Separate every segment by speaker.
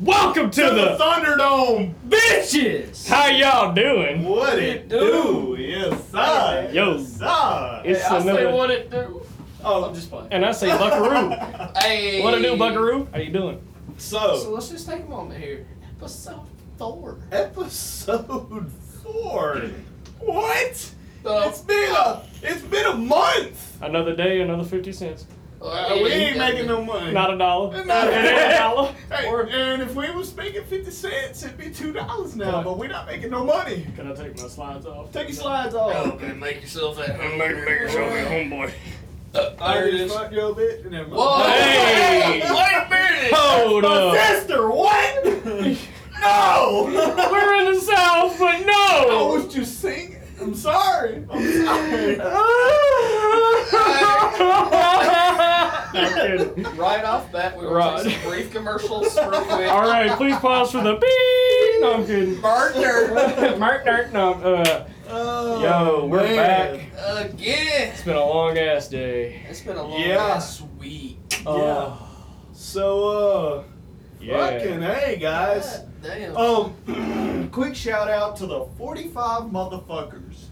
Speaker 1: Welcome to the
Speaker 2: Thunderdome.
Speaker 3: Bitches!
Speaker 1: How y'all doing?
Speaker 2: What it do? Yes, sir.
Speaker 1: Yo.
Speaker 2: Yes, sir.
Speaker 1: It's
Speaker 3: I say
Speaker 1: another-
Speaker 3: what it do. Oh, I'm just playing.
Speaker 1: And I say Buckaroo.
Speaker 3: Hey.
Speaker 1: what a new Buckaroo? How you doing?
Speaker 3: So
Speaker 2: So,
Speaker 3: let's just take a moment here. Episode four.
Speaker 2: episode four. What?
Speaker 3: Uh,
Speaker 2: it's been a it's been a month.
Speaker 1: Another day, another fifty cents.
Speaker 3: Uh,
Speaker 2: we
Speaker 3: yeah,
Speaker 2: ain't
Speaker 3: yeah.
Speaker 2: making no money.
Speaker 1: Not a dollar.
Speaker 2: Not a-
Speaker 1: It ain't a dollar.
Speaker 2: Hey,
Speaker 1: Or-
Speaker 2: and if we was making fifty cents, it'd be two dollars now.
Speaker 1: Right.
Speaker 2: But we're not making no money.
Speaker 1: Can I take my slides off?
Speaker 2: Take your slides off.
Speaker 3: and Oh, make yourself at home.
Speaker 1: homeboy.
Speaker 3: Uh, there it is.
Speaker 2: Fuck your bitch. Never mind.
Speaker 3: Whoa!
Speaker 1: Hey! Oh.
Speaker 3: Wait a minute!
Speaker 1: Hold
Speaker 2: My
Speaker 1: up.
Speaker 2: sister, what? no!
Speaker 1: We're in the South, but
Speaker 2: I
Speaker 1: no!
Speaker 2: was just singing. I'm sorry. I'm sorry.
Speaker 1: Not kidding.
Speaker 3: Right off that, we were
Speaker 1: Right.
Speaker 3: right. some brief commercials real quick.
Speaker 1: All right, please pause for the beep. No, I'm kidding.
Speaker 3: Burner
Speaker 1: Mark, Dark, no. Uh,
Speaker 2: Oh,
Speaker 1: yo, we're
Speaker 2: man.
Speaker 1: back.
Speaker 3: again.
Speaker 1: It's been a long ass day.
Speaker 3: It's been a long
Speaker 2: Yeah.
Speaker 3: ass week.
Speaker 1: Oh.
Speaker 2: Yeah. So, uh, fucking hey,
Speaker 1: Oh.
Speaker 2: guys.
Speaker 3: God damn.
Speaker 2: Um, quick shout out to the 45 motherfuckers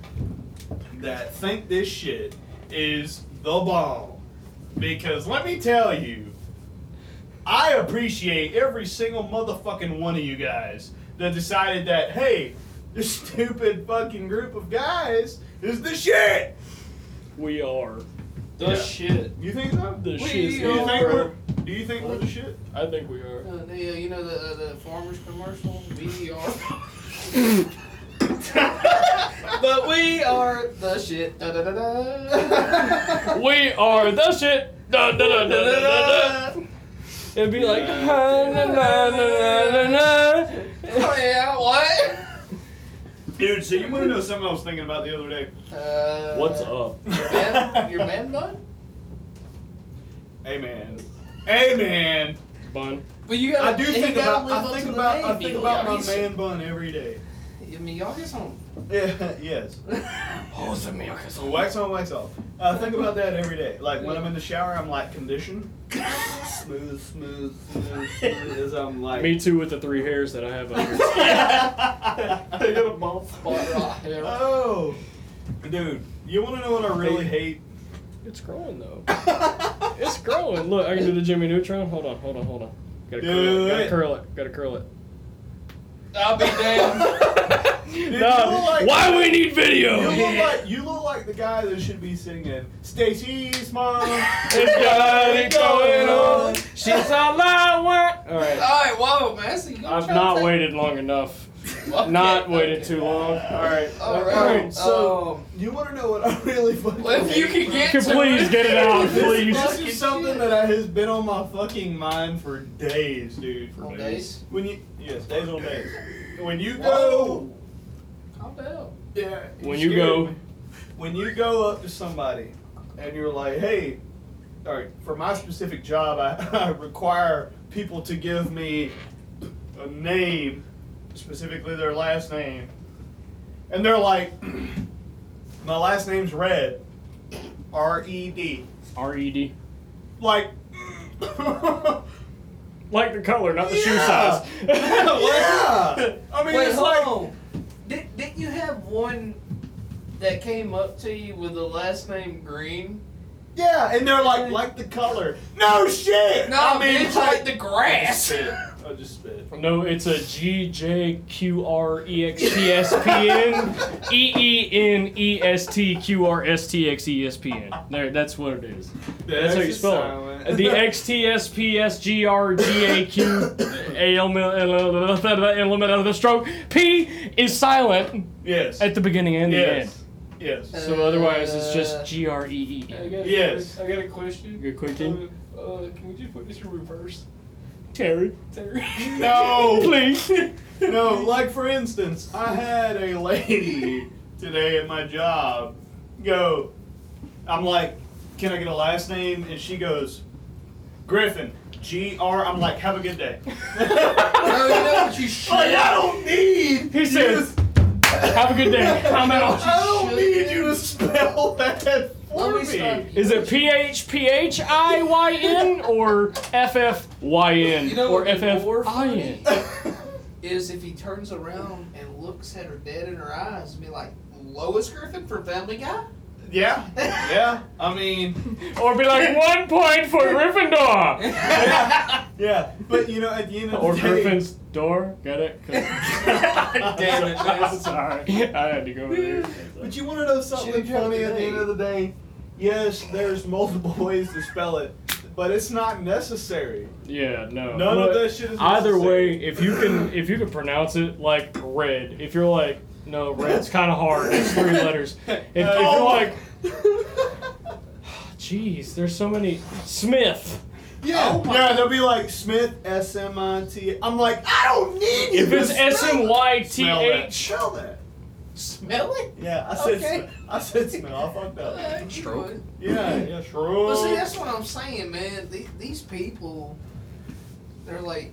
Speaker 2: that think this shit is the bomb. Because let me tell you, I appreciate every single motherfucking one of you guys that decided that, hey, this stupid fucking group of guys is the shit.
Speaker 1: We are.
Speaker 3: the
Speaker 2: yeah.
Speaker 3: shit.
Speaker 2: You think so?
Speaker 1: The
Speaker 3: We
Speaker 1: shit.
Speaker 2: Do you
Speaker 3: are.
Speaker 2: think we're, do you think we're the shit?
Speaker 1: I think we are.
Speaker 3: Uh, the, uh, you know the uh, the farmers commercial, E we are. but we are the shit. Da, da, da, da. Oh,
Speaker 1: We are the shit. Da, da, da, da, da, da, da. It'd be like. "Ah, na, na, na, na, na, na."
Speaker 3: oh yeah, what?
Speaker 2: Dude, so you want to know something I was thinking about the other day?
Speaker 3: Uh,
Speaker 1: What's up?
Speaker 3: Your man, your man bun?
Speaker 2: Hey man. Hey man.
Speaker 1: Bun.
Speaker 3: But you
Speaker 2: I
Speaker 3: gotta.
Speaker 2: do
Speaker 3: he
Speaker 2: think
Speaker 3: gotta
Speaker 2: about
Speaker 3: live
Speaker 2: I
Speaker 3: up to
Speaker 2: think
Speaker 3: the
Speaker 2: about
Speaker 3: name,
Speaker 2: I think
Speaker 3: people.
Speaker 2: about
Speaker 3: Yeah,
Speaker 2: my
Speaker 3: he's-
Speaker 2: man bun every day.
Speaker 3: I mean, y'all get some.
Speaker 2: Yeah, yes.
Speaker 3: Oh, it's America's
Speaker 2: So wax on, wax off. I think about that every day. Like when I'm in the shower, I'm like conditioned. smooth, smooth, smooth, smooth as I'm like
Speaker 1: Me too with the three hairs that I have under.
Speaker 2: I got a ball
Speaker 3: But, uh, yeah.
Speaker 2: Oh. Dude, you wanna know what I really hate?
Speaker 1: It's growing though. It's growing. Look, I can do the Jimmy Neutron. Hold on, hold on, hold on. Gotta curl
Speaker 2: Do
Speaker 1: it. Gotta
Speaker 2: it.
Speaker 1: curl it. Gotta curl it.
Speaker 3: I'll be damned.
Speaker 2: Dude, you
Speaker 1: No.
Speaker 2: look like-
Speaker 1: why we need video?
Speaker 2: You look like you look like the guy that should be singing Stacy's mom.
Speaker 1: It's got it going on. She's all I want. All right.
Speaker 3: All right, whoa, Massey. you gonna
Speaker 1: I've
Speaker 3: try to
Speaker 1: not
Speaker 3: take-
Speaker 1: waited long enough.
Speaker 3: Okay,
Speaker 1: Not
Speaker 3: okay.
Speaker 1: waited too long. All right.
Speaker 3: All right.
Speaker 2: All right, so
Speaker 3: um,
Speaker 2: you want to know what I really fucking?
Speaker 3: Well, if you
Speaker 2: hate,
Speaker 3: can
Speaker 2: bro?
Speaker 3: get
Speaker 1: Could
Speaker 3: to
Speaker 1: please
Speaker 3: it.
Speaker 1: get it out,
Speaker 2: This-
Speaker 1: please.
Speaker 2: This
Speaker 3: Fucking
Speaker 2: is something
Speaker 3: shit.
Speaker 2: that I- has been on my fucking mind for days, dude. For
Speaker 3: On days?
Speaker 2: When you yes, days on days. When you go,
Speaker 3: Whoa. Calm down.
Speaker 2: yeah.
Speaker 1: When you
Speaker 2: scared
Speaker 1: go.
Speaker 2: me. when you go up to somebody and you're like, hey, all right, for my specific job, I, I require people to give me a name, specifically their last name, and they're like, my last name's Red, R E D,
Speaker 1: R E D.
Speaker 2: like.
Speaker 1: Like the color, not the shoe
Speaker 2: Yeah.
Speaker 1: size.
Speaker 2: yeah. I mean,
Speaker 3: Wait,
Speaker 2: it's
Speaker 3: hold
Speaker 2: like
Speaker 3: on. Did, didn't you have one that came up to you with the last name Green?
Speaker 2: yeah, and they're like like the color. No shit.
Speaker 3: No,
Speaker 2: I mean
Speaker 3: bitch, like the
Speaker 2: I just
Speaker 3: grass.
Speaker 2: spit. I just spit.
Speaker 1: No, it's a G J Q R E X P S P N E E N E S T Q R S T X E S P N. There, that's what it is. That's how you spell it. The X T S P S G R G A Q A L M L L L L L the stroke. P is silent
Speaker 2: Yes.
Speaker 1: at the beginning and the end.
Speaker 2: yes. Yes.
Speaker 3: Uh,
Speaker 1: So otherwise, it's just G R E E N.
Speaker 3: got
Speaker 2: a- Yes.
Speaker 3: I got a question.
Speaker 1: Good question.
Speaker 3: Uh, can we just put this in reverse?
Speaker 1: Terry.
Speaker 3: Terry.
Speaker 2: No.
Speaker 1: Please.
Speaker 2: No, like for instance, I had a lady today at my job go, I'm like, can I get a last name? And she goes, Griffin. G R. I'm like, have a good day.
Speaker 3: no, Oh, you know what you
Speaker 2: Like,
Speaker 3: should.
Speaker 2: I don't need.
Speaker 1: He
Speaker 2: you
Speaker 1: says,
Speaker 2: to-
Speaker 1: "Have a good day." I'm out.
Speaker 2: I don't need you to spell that for
Speaker 3: Let me
Speaker 2: for
Speaker 3: stop
Speaker 2: me.
Speaker 3: you.
Speaker 1: Is it P H P H I Y N or F F Y
Speaker 3: You
Speaker 1: N
Speaker 3: know
Speaker 1: or
Speaker 3: what
Speaker 1: F
Speaker 3: would be
Speaker 1: F
Speaker 3: more
Speaker 1: I
Speaker 3: funny
Speaker 1: N?
Speaker 3: is if he turns around and looks at her dead in her eyes and be like, Lois Griffin from Family Guy?
Speaker 2: yeah, yeah. I mean,
Speaker 1: Or be like one point for Gryffindor
Speaker 2: yeah. But you know, at the end of
Speaker 1: or
Speaker 2: the day,
Speaker 1: Griffin's door. Got it? 'Cause-
Speaker 3: Damn it,
Speaker 1: I'm
Speaker 3: man.
Speaker 1: sorry. I had to go there.
Speaker 2: But you want to know something
Speaker 3: Should've
Speaker 2: funny
Speaker 3: jumped
Speaker 2: at the end
Speaker 3: today.
Speaker 2: of the day? Yes, there's multiple ways to spell it, but it's not necessary.
Speaker 1: Yeah, no.
Speaker 2: None of
Speaker 1: But
Speaker 2: that shit is
Speaker 1: Either
Speaker 2: necessary.
Speaker 1: way, if you can if you can pronounce it like red, if you're like no, red's kind of hard. It's three letters. If, if
Speaker 2: Oh.
Speaker 1: you're like, jeez, there's so many Smith.
Speaker 2: yeah,
Speaker 3: Oh my-
Speaker 2: yeah, they'll be like Smith S M I T. I'm like, I don't need you.
Speaker 1: If it's
Speaker 2: to spell
Speaker 1: S M Y T
Speaker 2: that.
Speaker 1: H,
Speaker 2: Spell that.
Speaker 3: Smell it?
Speaker 2: Yeah, I said.
Speaker 3: Okay.
Speaker 2: sm- I said smell. I fucked up.
Speaker 3: Uh,
Speaker 4: Stroke.
Speaker 3: you
Speaker 2: Yeah, yeah,
Speaker 3: would.
Speaker 2: sure.
Speaker 3: But see, that's what I'm saying, man. The- These people, they're like,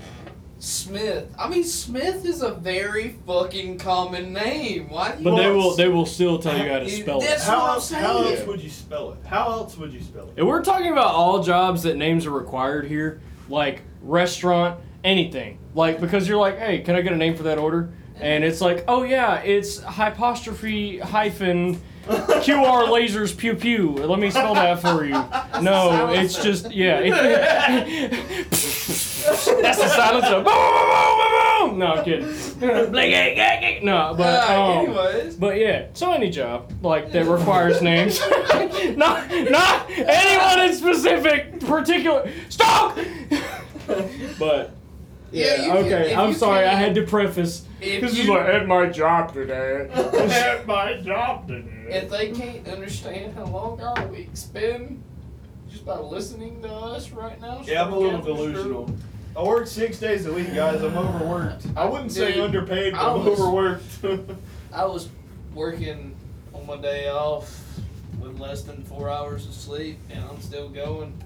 Speaker 3: Smith. I mean, Smith is a very fucking common name. Why do you
Speaker 1: but they
Speaker 3: want
Speaker 1: will they will still tell you how to spell it.
Speaker 3: That's
Speaker 2: how
Speaker 3: what I'm
Speaker 2: else? How
Speaker 3: saying.
Speaker 2: else would you spell it? How else would you spell it?
Speaker 1: And we're talking about all jobs that names are required here, like restaurant, anything. Like because you're like, hey, can I get a name for that order? And it's like, oh yeah, it's hypostrophe hyphen QR lasers pew pew. Let me spell that for you. No, it's just yeah. it- that's the silencer. Boom, boom, boom, boom, boom. No, I'm kidding. Like, eh, eh, eh. no, but
Speaker 3: Uh,
Speaker 1: um,
Speaker 3: anyways.
Speaker 1: but yeah, so any job like that requires names, not not anyone in specific particular. Stop. but
Speaker 3: Yeah, you can-
Speaker 1: okay,
Speaker 3: if
Speaker 1: I'm
Speaker 3: you
Speaker 1: sorry.
Speaker 3: can-
Speaker 1: I had to preface.
Speaker 3: if
Speaker 1: This is
Speaker 3: you-
Speaker 1: like at my job today.
Speaker 2: At
Speaker 1: my job today.
Speaker 3: If they can't understand how long our week's been just by listening to us right now,
Speaker 2: Yeah, I'm a
Speaker 3: sure,
Speaker 2: little
Speaker 3: Captain Screw.
Speaker 2: delusional. I work six days a week, guys. I'm overworked. I wouldn't say
Speaker 3: Dude,
Speaker 2: underpaid, but
Speaker 3: I
Speaker 2: I'm
Speaker 3: was-
Speaker 2: overworked.
Speaker 3: I was working on my day off with less than four hours of sleep, and I'm still going.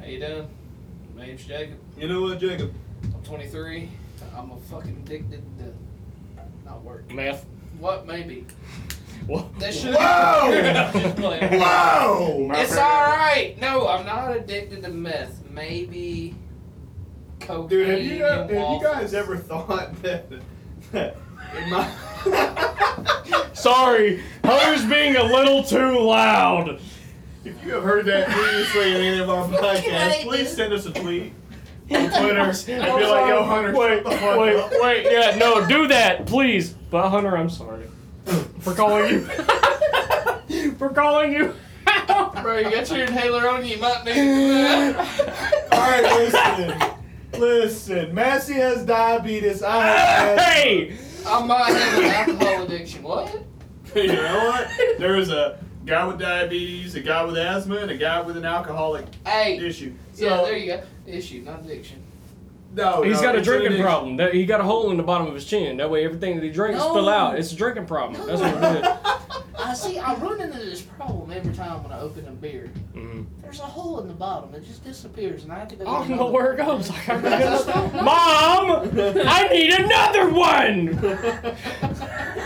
Speaker 3: How you doing? My name's Jacob.
Speaker 2: you know what, Jacob?
Speaker 3: I'm 23. I'm a fucking addicted to not work.
Speaker 1: Math.
Speaker 3: What? Maybe.
Speaker 1: Whoa.
Speaker 3: That should.
Speaker 2: Whoa!
Speaker 3: Just playing.
Speaker 2: Wow!
Speaker 1: My
Speaker 3: It's
Speaker 1: bad.
Speaker 3: all right. No, I'm not addicted to meth. Maybe cocaine.
Speaker 2: Dude, have you, uh,
Speaker 3: and
Speaker 2: have you
Speaker 3: waffles.
Speaker 2: guys ever thought that, that in my
Speaker 1: Sorry, Ho's being a little too loud.
Speaker 2: if you have heard that previously in any of our podcasts, please send us a tweet on Twitter and be
Speaker 1: I'm
Speaker 2: like, "Yo,
Speaker 1: sorry.
Speaker 2: Hunter,
Speaker 1: Wait,
Speaker 2: shut the fuck
Speaker 1: wait,
Speaker 2: up."
Speaker 1: wait. Yeah, no, do that, please. But Hunter, I'm sorry for calling you. for calling you. out.
Speaker 3: Bro, you got your inhaler on you. You might need it.
Speaker 2: All right, listen, listen. Massey has diabetes. I have. asthma.
Speaker 1: hey,
Speaker 3: I might have an alcohol addiction. What?
Speaker 2: you know what? There is a guy with diabetes, a guy with asthma, and a guy with an alcoholic
Speaker 3: Hey.
Speaker 2: issue. So,
Speaker 3: Yeah, there you go. Issue, not addiction.
Speaker 2: No,
Speaker 1: he's
Speaker 2: Oh, no,
Speaker 1: got a
Speaker 2: it's an
Speaker 1: drinking
Speaker 2: addiction.
Speaker 1: problem. That- He got a hole in the bottom of his chin. That way, everything that he drinks spill
Speaker 3: No.
Speaker 1: out. It's a drinking problem. That's what it
Speaker 3: I see. I run into this problem every time when I open a beer.
Speaker 1: is. Mm-hmm.
Speaker 3: There's a hole in the bottom. It just disappears, and I have to go.
Speaker 1: I don't
Speaker 3: get
Speaker 1: know
Speaker 3: another
Speaker 1: where it
Speaker 3: one.
Speaker 1: goes. Like, I'm gonna- Mom, I need another one.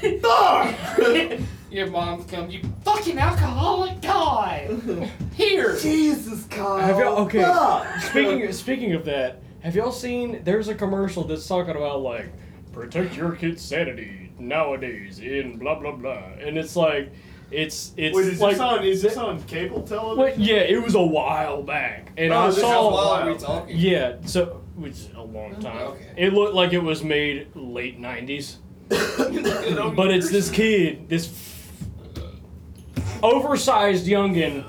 Speaker 2: Fuck!
Speaker 3: Your mom comes. You fucking alcoholic guy. Here.
Speaker 2: Jesus, Kyle.
Speaker 1: Have y'all- okay.
Speaker 2: Fuck.
Speaker 1: Speaking speaking of that, have y'all seen? There's a commercial that's talking about like protect your kid's sanity nowadays in blah blah blah, and it's like it's it's
Speaker 2: Wait, is
Speaker 1: like
Speaker 2: this on? Is this on cable television?
Speaker 1: Wait, yeah, it was a while back, and
Speaker 2: Oh,
Speaker 1: I
Speaker 2: this is
Speaker 1: saw
Speaker 2: a while-
Speaker 3: While we talking.
Speaker 1: yeah, so which is a long time.
Speaker 3: Okay.
Speaker 1: It looked like it was made late '90s,
Speaker 3: Get on
Speaker 1: but
Speaker 3: your
Speaker 1: it's this kid, this oversized youngin.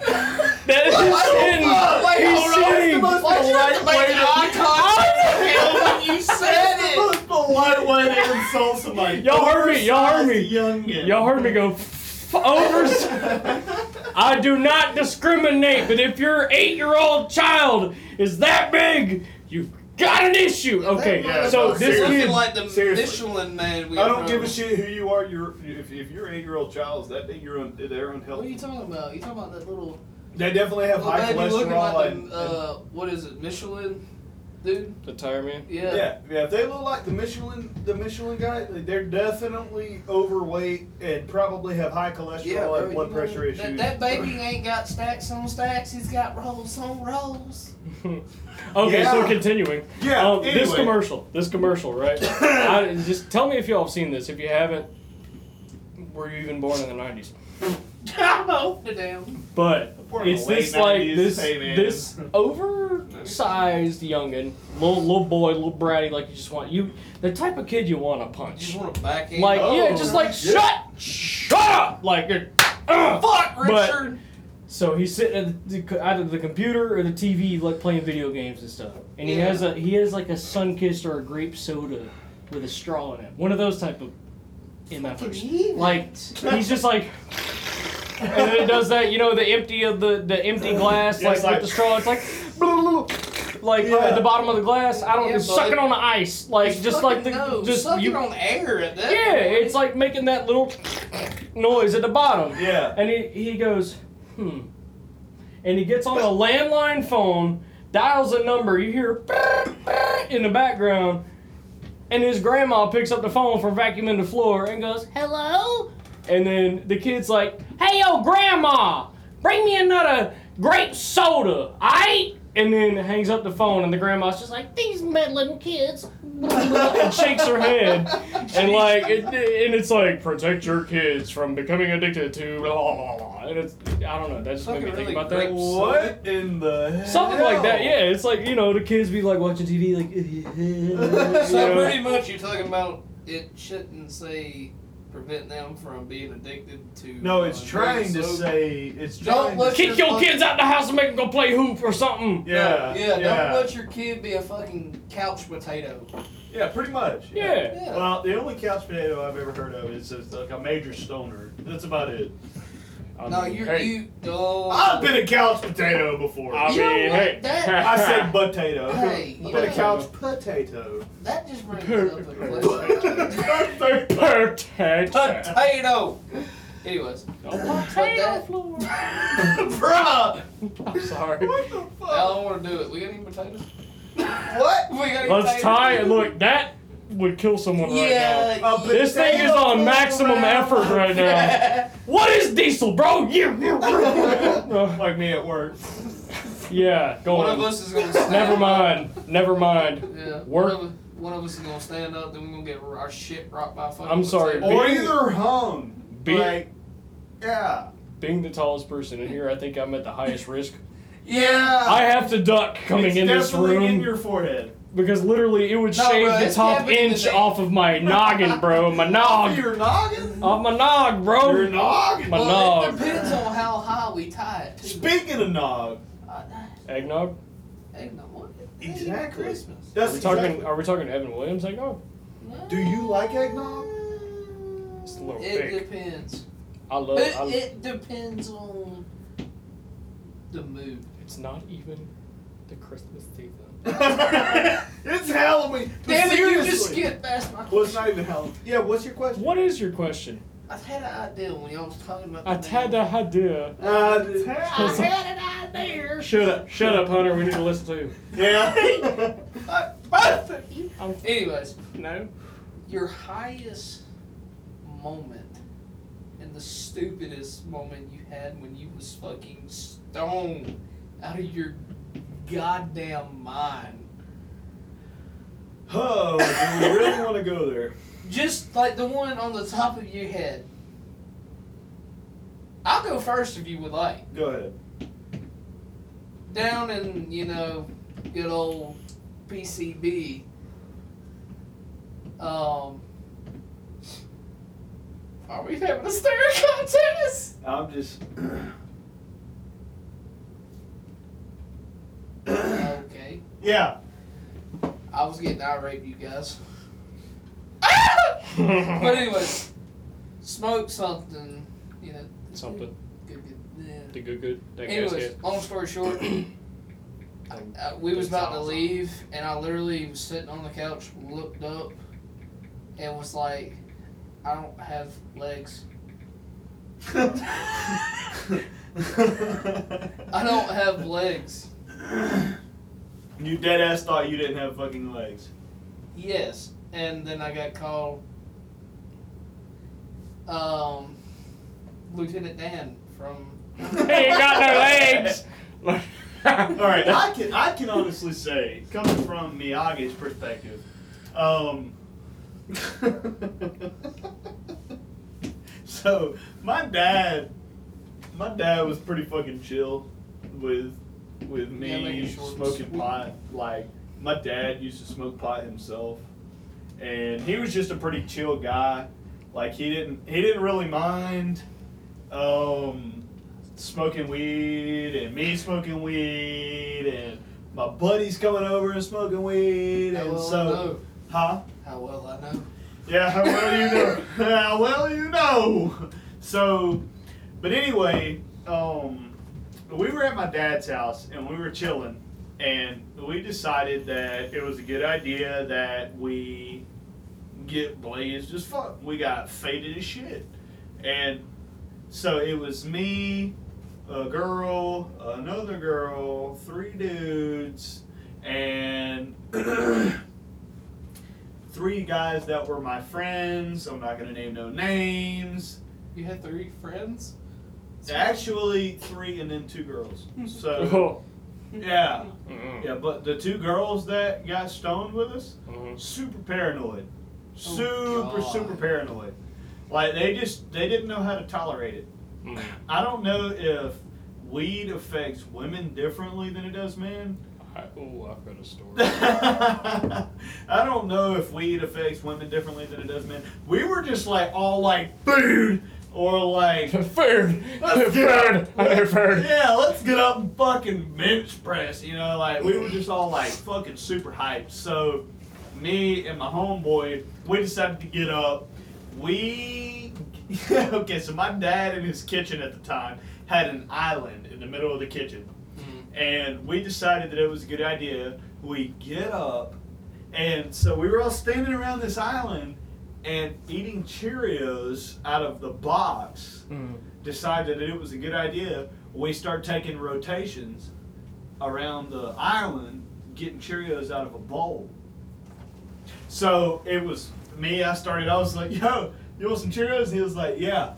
Speaker 1: that is just sitting.
Speaker 3: fuck? Wait,
Speaker 1: he's
Speaker 3: hold on,
Speaker 1: sitting.
Speaker 2: most
Speaker 3: Why you have to make eye contact with him when you said
Speaker 2: That's the
Speaker 3: it?
Speaker 2: most polite way to insult somebody.
Speaker 1: Y'all heard me, y'all heard me.
Speaker 2: Young
Speaker 1: Y'all heard me go f- overs. I do not discriminate, but if your eight-year-old child is that big, you've got an issue. Okay,
Speaker 2: Yeah,
Speaker 1: so
Speaker 2: no,
Speaker 1: this
Speaker 2: seriously.
Speaker 1: kid.
Speaker 3: like the
Speaker 2: seriously.
Speaker 3: Michelin man. We
Speaker 2: I don't
Speaker 3: approached.
Speaker 2: give a shit who you are. You're if, if your eight year old child is that big, you're un, they're
Speaker 3: What are
Speaker 2: unhealthy.
Speaker 3: you talking about? You talking about that little?
Speaker 2: They definitely have
Speaker 3: little
Speaker 2: high
Speaker 3: man you looking
Speaker 2: cholesterol
Speaker 3: like
Speaker 2: and,
Speaker 3: the, uh, what is it? Michelin dude.
Speaker 1: The tire man.
Speaker 3: Yeah.
Speaker 2: Yeah. yeah, If they look like the Michelin, the Michelin guy, they're definitely overweight and probably have high cholesterol
Speaker 3: Yeah, bro,
Speaker 2: and blood
Speaker 3: you know,
Speaker 2: pressure
Speaker 3: that,
Speaker 2: issues.
Speaker 3: that baby ain't got stacks on stacks. He's got rolls on rolls.
Speaker 1: okay, so
Speaker 2: Yeah.
Speaker 1: continuing.
Speaker 2: Yeah,
Speaker 1: Um, This
Speaker 2: anyway.
Speaker 1: commercial. This commercial, right? I, just tell me if y'all have seen this. If you haven't, were you even born in the '90s?
Speaker 3: I know. Damn.
Speaker 1: But
Speaker 2: We're in
Speaker 1: it's
Speaker 2: the late
Speaker 1: this like
Speaker 2: 90s,
Speaker 1: this
Speaker 2: hey, man.
Speaker 1: this oversized youngin, little little boy, little bratty, like you just want you the type of kid you want to
Speaker 3: You just
Speaker 1: punch.
Speaker 3: want to back in.
Speaker 1: Like
Speaker 2: Oh,
Speaker 1: yeah, just like
Speaker 2: shit.
Speaker 1: shut, shut up, like you're. uh,
Speaker 3: fuck,
Speaker 1: but-
Speaker 3: Richard.
Speaker 1: So he's sitting at the, the- either the computer or the TV, like playing video games and stuff. And he
Speaker 3: Yeah.
Speaker 1: has a he has like a sunkist or a grape soda with a straw in it. One of those type of MFers.
Speaker 3: Fucking
Speaker 1: Like he's just like, and then it does that. You know the empty of the the empty glass,
Speaker 2: Yeah,
Speaker 1: like,
Speaker 2: it's
Speaker 1: with
Speaker 2: like-
Speaker 1: the straw. It's like. Like uh, at
Speaker 2: Yeah.
Speaker 1: the bottom of the glass, I don't
Speaker 3: Yeah,
Speaker 1: suck it
Speaker 3: bud.
Speaker 1: on the ice, like just like the
Speaker 3: Fucking no,
Speaker 1: just
Speaker 3: suck
Speaker 1: you,
Speaker 3: it on air at that.
Speaker 1: yeah,
Speaker 3: point.
Speaker 1: it's like making that little noise at the bottom.
Speaker 2: Yeah.
Speaker 1: And he, he goes, hmm. And he gets on a landline phone, dials a number, you hear in the background, and his grandma picks up the phone for vacuuming the floor and goes, hello? And then the kid's like, hey, yo, grandma, bring me another grape soda, aight? And then hangs up the phone, and the grandma's just like, these meddling kids. and shakes her head. And like, it, and it's like, protect your kids from becoming addicted to blah, blah, blah, blah. And it's, I don't know, that just made me
Speaker 3: Fucking
Speaker 1: think
Speaker 3: really
Speaker 1: about that.
Speaker 3: grape
Speaker 2: what in the hell?
Speaker 1: Something like that, yeah. It's like, you know, the kids be like watching TV, like,
Speaker 3: So
Speaker 1: Yeah.
Speaker 3: pretty much you're talking about it shouldn't say prevent them from being addicted to.
Speaker 2: No, it's
Speaker 3: uh,
Speaker 2: trying
Speaker 3: drugs,
Speaker 2: to
Speaker 3: so-
Speaker 2: say it's
Speaker 3: Don't
Speaker 2: trying
Speaker 3: let-
Speaker 2: to
Speaker 1: kick your kids out the house and make them go play hoop or something.
Speaker 2: yeah,
Speaker 3: yeah,
Speaker 2: yeah,
Speaker 3: Don't let your kid be a fucking couch potato.
Speaker 2: yeah, pretty much.
Speaker 1: Yeah.
Speaker 3: Yeah.
Speaker 2: Well, the only couch potato I've ever heard of is just like a major stoner. That's about it.
Speaker 1: I
Speaker 3: no,
Speaker 1: mean,
Speaker 3: you're
Speaker 1: hey,
Speaker 3: you don't.
Speaker 2: I've been a couch potato before.
Speaker 1: I
Speaker 2: I,
Speaker 1: mean,
Speaker 3: You know what?
Speaker 1: hey.
Speaker 3: That-
Speaker 2: said potato.
Speaker 3: Hey, you
Speaker 2: I've been
Speaker 3: know-
Speaker 2: a couch potato.
Speaker 3: That just brings up a question.
Speaker 1: Potato.
Speaker 3: potato. Anyways,
Speaker 1: Potato floor.
Speaker 2: Bruh!
Speaker 1: I'm sorry.
Speaker 2: What the fuck?
Speaker 3: I don't want to do it. We got any potatoes?
Speaker 2: What?
Speaker 3: We got any
Speaker 1: Let's
Speaker 3: potatoes?
Speaker 1: tie it. Look, that would kill someone right
Speaker 3: Yeah.
Speaker 2: Uh,
Speaker 1: now. This thing is on maximum effort right now. What is diesel, bro? You. you- Uh,
Speaker 2: Like me at work.
Speaker 1: yeah, go
Speaker 3: One of
Speaker 1: on.
Speaker 3: us is gonna. Stand
Speaker 1: Never
Speaker 3: up.
Speaker 1: mind. Never mind.
Speaker 3: Yeah.
Speaker 1: Work.
Speaker 3: One of, one of us is gonna stand up, then we're gonna get our shit rocked by a fucking.
Speaker 1: I'm sorry,
Speaker 3: potato.
Speaker 2: Or
Speaker 1: Being-
Speaker 2: either hung.
Speaker 1: Being-
Speaker 2: Like, yeah.
Speaker 1: Being the tallest person in here, I think I'm at the highest risk.
Speaker 2: Yeah.
Speaker 1: I have to duck coming
Speaker 2: it's
Speaker 1: in this
Speaker 2: definitely
Speaker 1: room.
Speaker 2: in your forehead.
Speaker 1: Because literally, it would
Speaker 3: No,
Speaker 1: shave
Speaker 3: bro,
Speaker 1: the
Speaker 3: it's
Speaker 1: top
Speaker 3: happening
Speaker 1: inch
Speaker 3: today.
Speaker 1: off of my noggin, bro. My nog.
Speaker 2: Your Oh, noggin?
Speaker 1: Off my nog, bro.
Speaker 2: Your nog?
Speaker 1: My
Speaker 3: well,
Speaker 1: nog.
Speaker 3: it depends on how high we tie it. Too.
Speaker 2: Speaking of nog.
Speaker 3: Uh,
Speaker 1: Eggnog?
Speaker 3: hey, no, what?
Speaker 2: Exactly.
Speaker 3: Christmas.
Speaker 1: Are
Speaker 2: That's
Speaker 1: we talking?
Speaker 2: exactly-
Speaker 1: Are we talking Evan Williams eggnog?
Speaker 3: No.
Speaker 2: Do you like eggnog?
Speaker 1: It's a little
Speaker 3: It
Speaker 1: thick.
Speaker 3: depends.
Speaker 1: I love.
Speaker 3: It,
Speaker 1: I,
Speaker 3: it depends on the mood.
Speaker 1: it's not even the Christmas season.
Speaker 2: it's Halloween. But
Speaker 3: Damn it, you
Speaker 2: seriously.
Speaker 3: just skipped past my
Speaker 2: Well, it's not even Halloween. Yeah, what's your question?
Speaker 1: What is your question?
Speaker 3: I had an idea when y'all was talking about
Speaker 1: I
Speaker 3: the
Speaker 1: had the idea.
Speaker 2: Uh,
Speaker 3: I had an idea.
Speaker 1: Shut up! Shut up, Hunter. We need to listen to. you.
Speaker 2: yeah.
Speaker 3: Uh, Anyways,
Speaker 1: No.
Speaker 3: your highest moment and the stupidest moment you had when you was fucking stoned out of your goddamn mind.
Speaker 2: oh, do we really want to go there?
Speaker 3: Just like the one on the top of your head. I'll go first if you would like.
Speaker 2: Go ahead.
Speaker 3: Down in, you know, good old PCB. Um, are we having a stare contest?
Speaker 2: I'm just.
Speaker 3: okay.
Speaker 2: yeah.
Speaker 3: I was getting irate, you guys. Ah! but anyways, smoke something, you know.
Speaker 1: Something.
Speaker 3: Good, good, yeah.
Speaker 1: The good, good. That guy's
Speaker 3: Anyways,
Speaker 1: head.
Speaker 3: long story short, I, I, we was about to leave, and I literally was sitting on the couch, looked up, and was like, "I don't have legs. I
Speaker 2: I
Speaker 3: don't have legs."
Speaker 2: You dead ass thought you didn't have fucking legs.
Speaker 3: Yes, and then I got called um, Lieutenant Dan from.
Speaker 1: Hey, you got no legs.
Speaker 2: All right, I can I can honestly say, coming from Miyagi's perspective, um, so my dad, my dad was pretty fucking chill with with
Speaker 3: Yeah,
Speaker 2: me
Speaker 3: making sure it's
Speaker 2: smoking
Speaker 3: sweet.
Speaker 2: pot. Like my dad used to smoke pot himself, and he was just a pretty chill guy. Like he didn't he didn't really mind. Um, smoking weed and me smoking weed and my buddies coming over and smoking weed
Speaker 3: How
Speaker 2: and
Speaker 3: well
Speaker 2: so
Speaker 3: I know.
Speaker 2: huh
Speaker 3: How well I know.
Speaker 2: yeah how well you know how well you know so but anyway um we were at my dad's house and we were chilling and we decided that it was a good idea that we get blazed as fuck we got faded as shit and so it was me, a girl, another girl, three dudes, and three guys that were my friends. I'm not gonna name no names.
Speaker 3: You had three friends?
Speaker 2: Actually, three and then two girls. So
Speaker 1: Oh.
Speaker 2: yeah,
Speaker 1: Mm.
Speaker 2: yeah. But the two girls that got stoned with us,
Speaker 1: Mhm.
Speaker 2: super paranoid,
Speaker 3: Oh,
Speaker 2: super
Speaker 3: God.
Speaker 2: super paranoid. Like they just they didn't know how to tolerate it.
Speaker 1: Mm.
Speaker 2: I don't know if weed affects women differently than it does men.
Speaker 1: I, oh, I've got a story.
Speaker 2: I don't know if weed affects women differently than it does men. We were just like all like food or like
Speaker 1: Fern!
Speaker 2: let's get
Speaker 1: Fern!
Speaker 2: up,
Speaker 1: I heard Fern!
Speaker 2: yeah, let's get up and fucking bench press. You know, like we were just all like fucking super hyped. So me and my homeboy, we decided to get up. We okay, so my dad in his kitchen at the time had an island in the middle of the kitchen and we decided that it was a good idea. We get up, and so we were all standing around this island and eating Cheerios out of the box.
Speaker 1: Mm.
Speaker 2: Decided that it was a good idea. We start taking rotations around the island, getting Cheerios out of a bowl. So it was me. I started. I was like, "Yo, you want some Cheerios?" And he was like, "Yeah."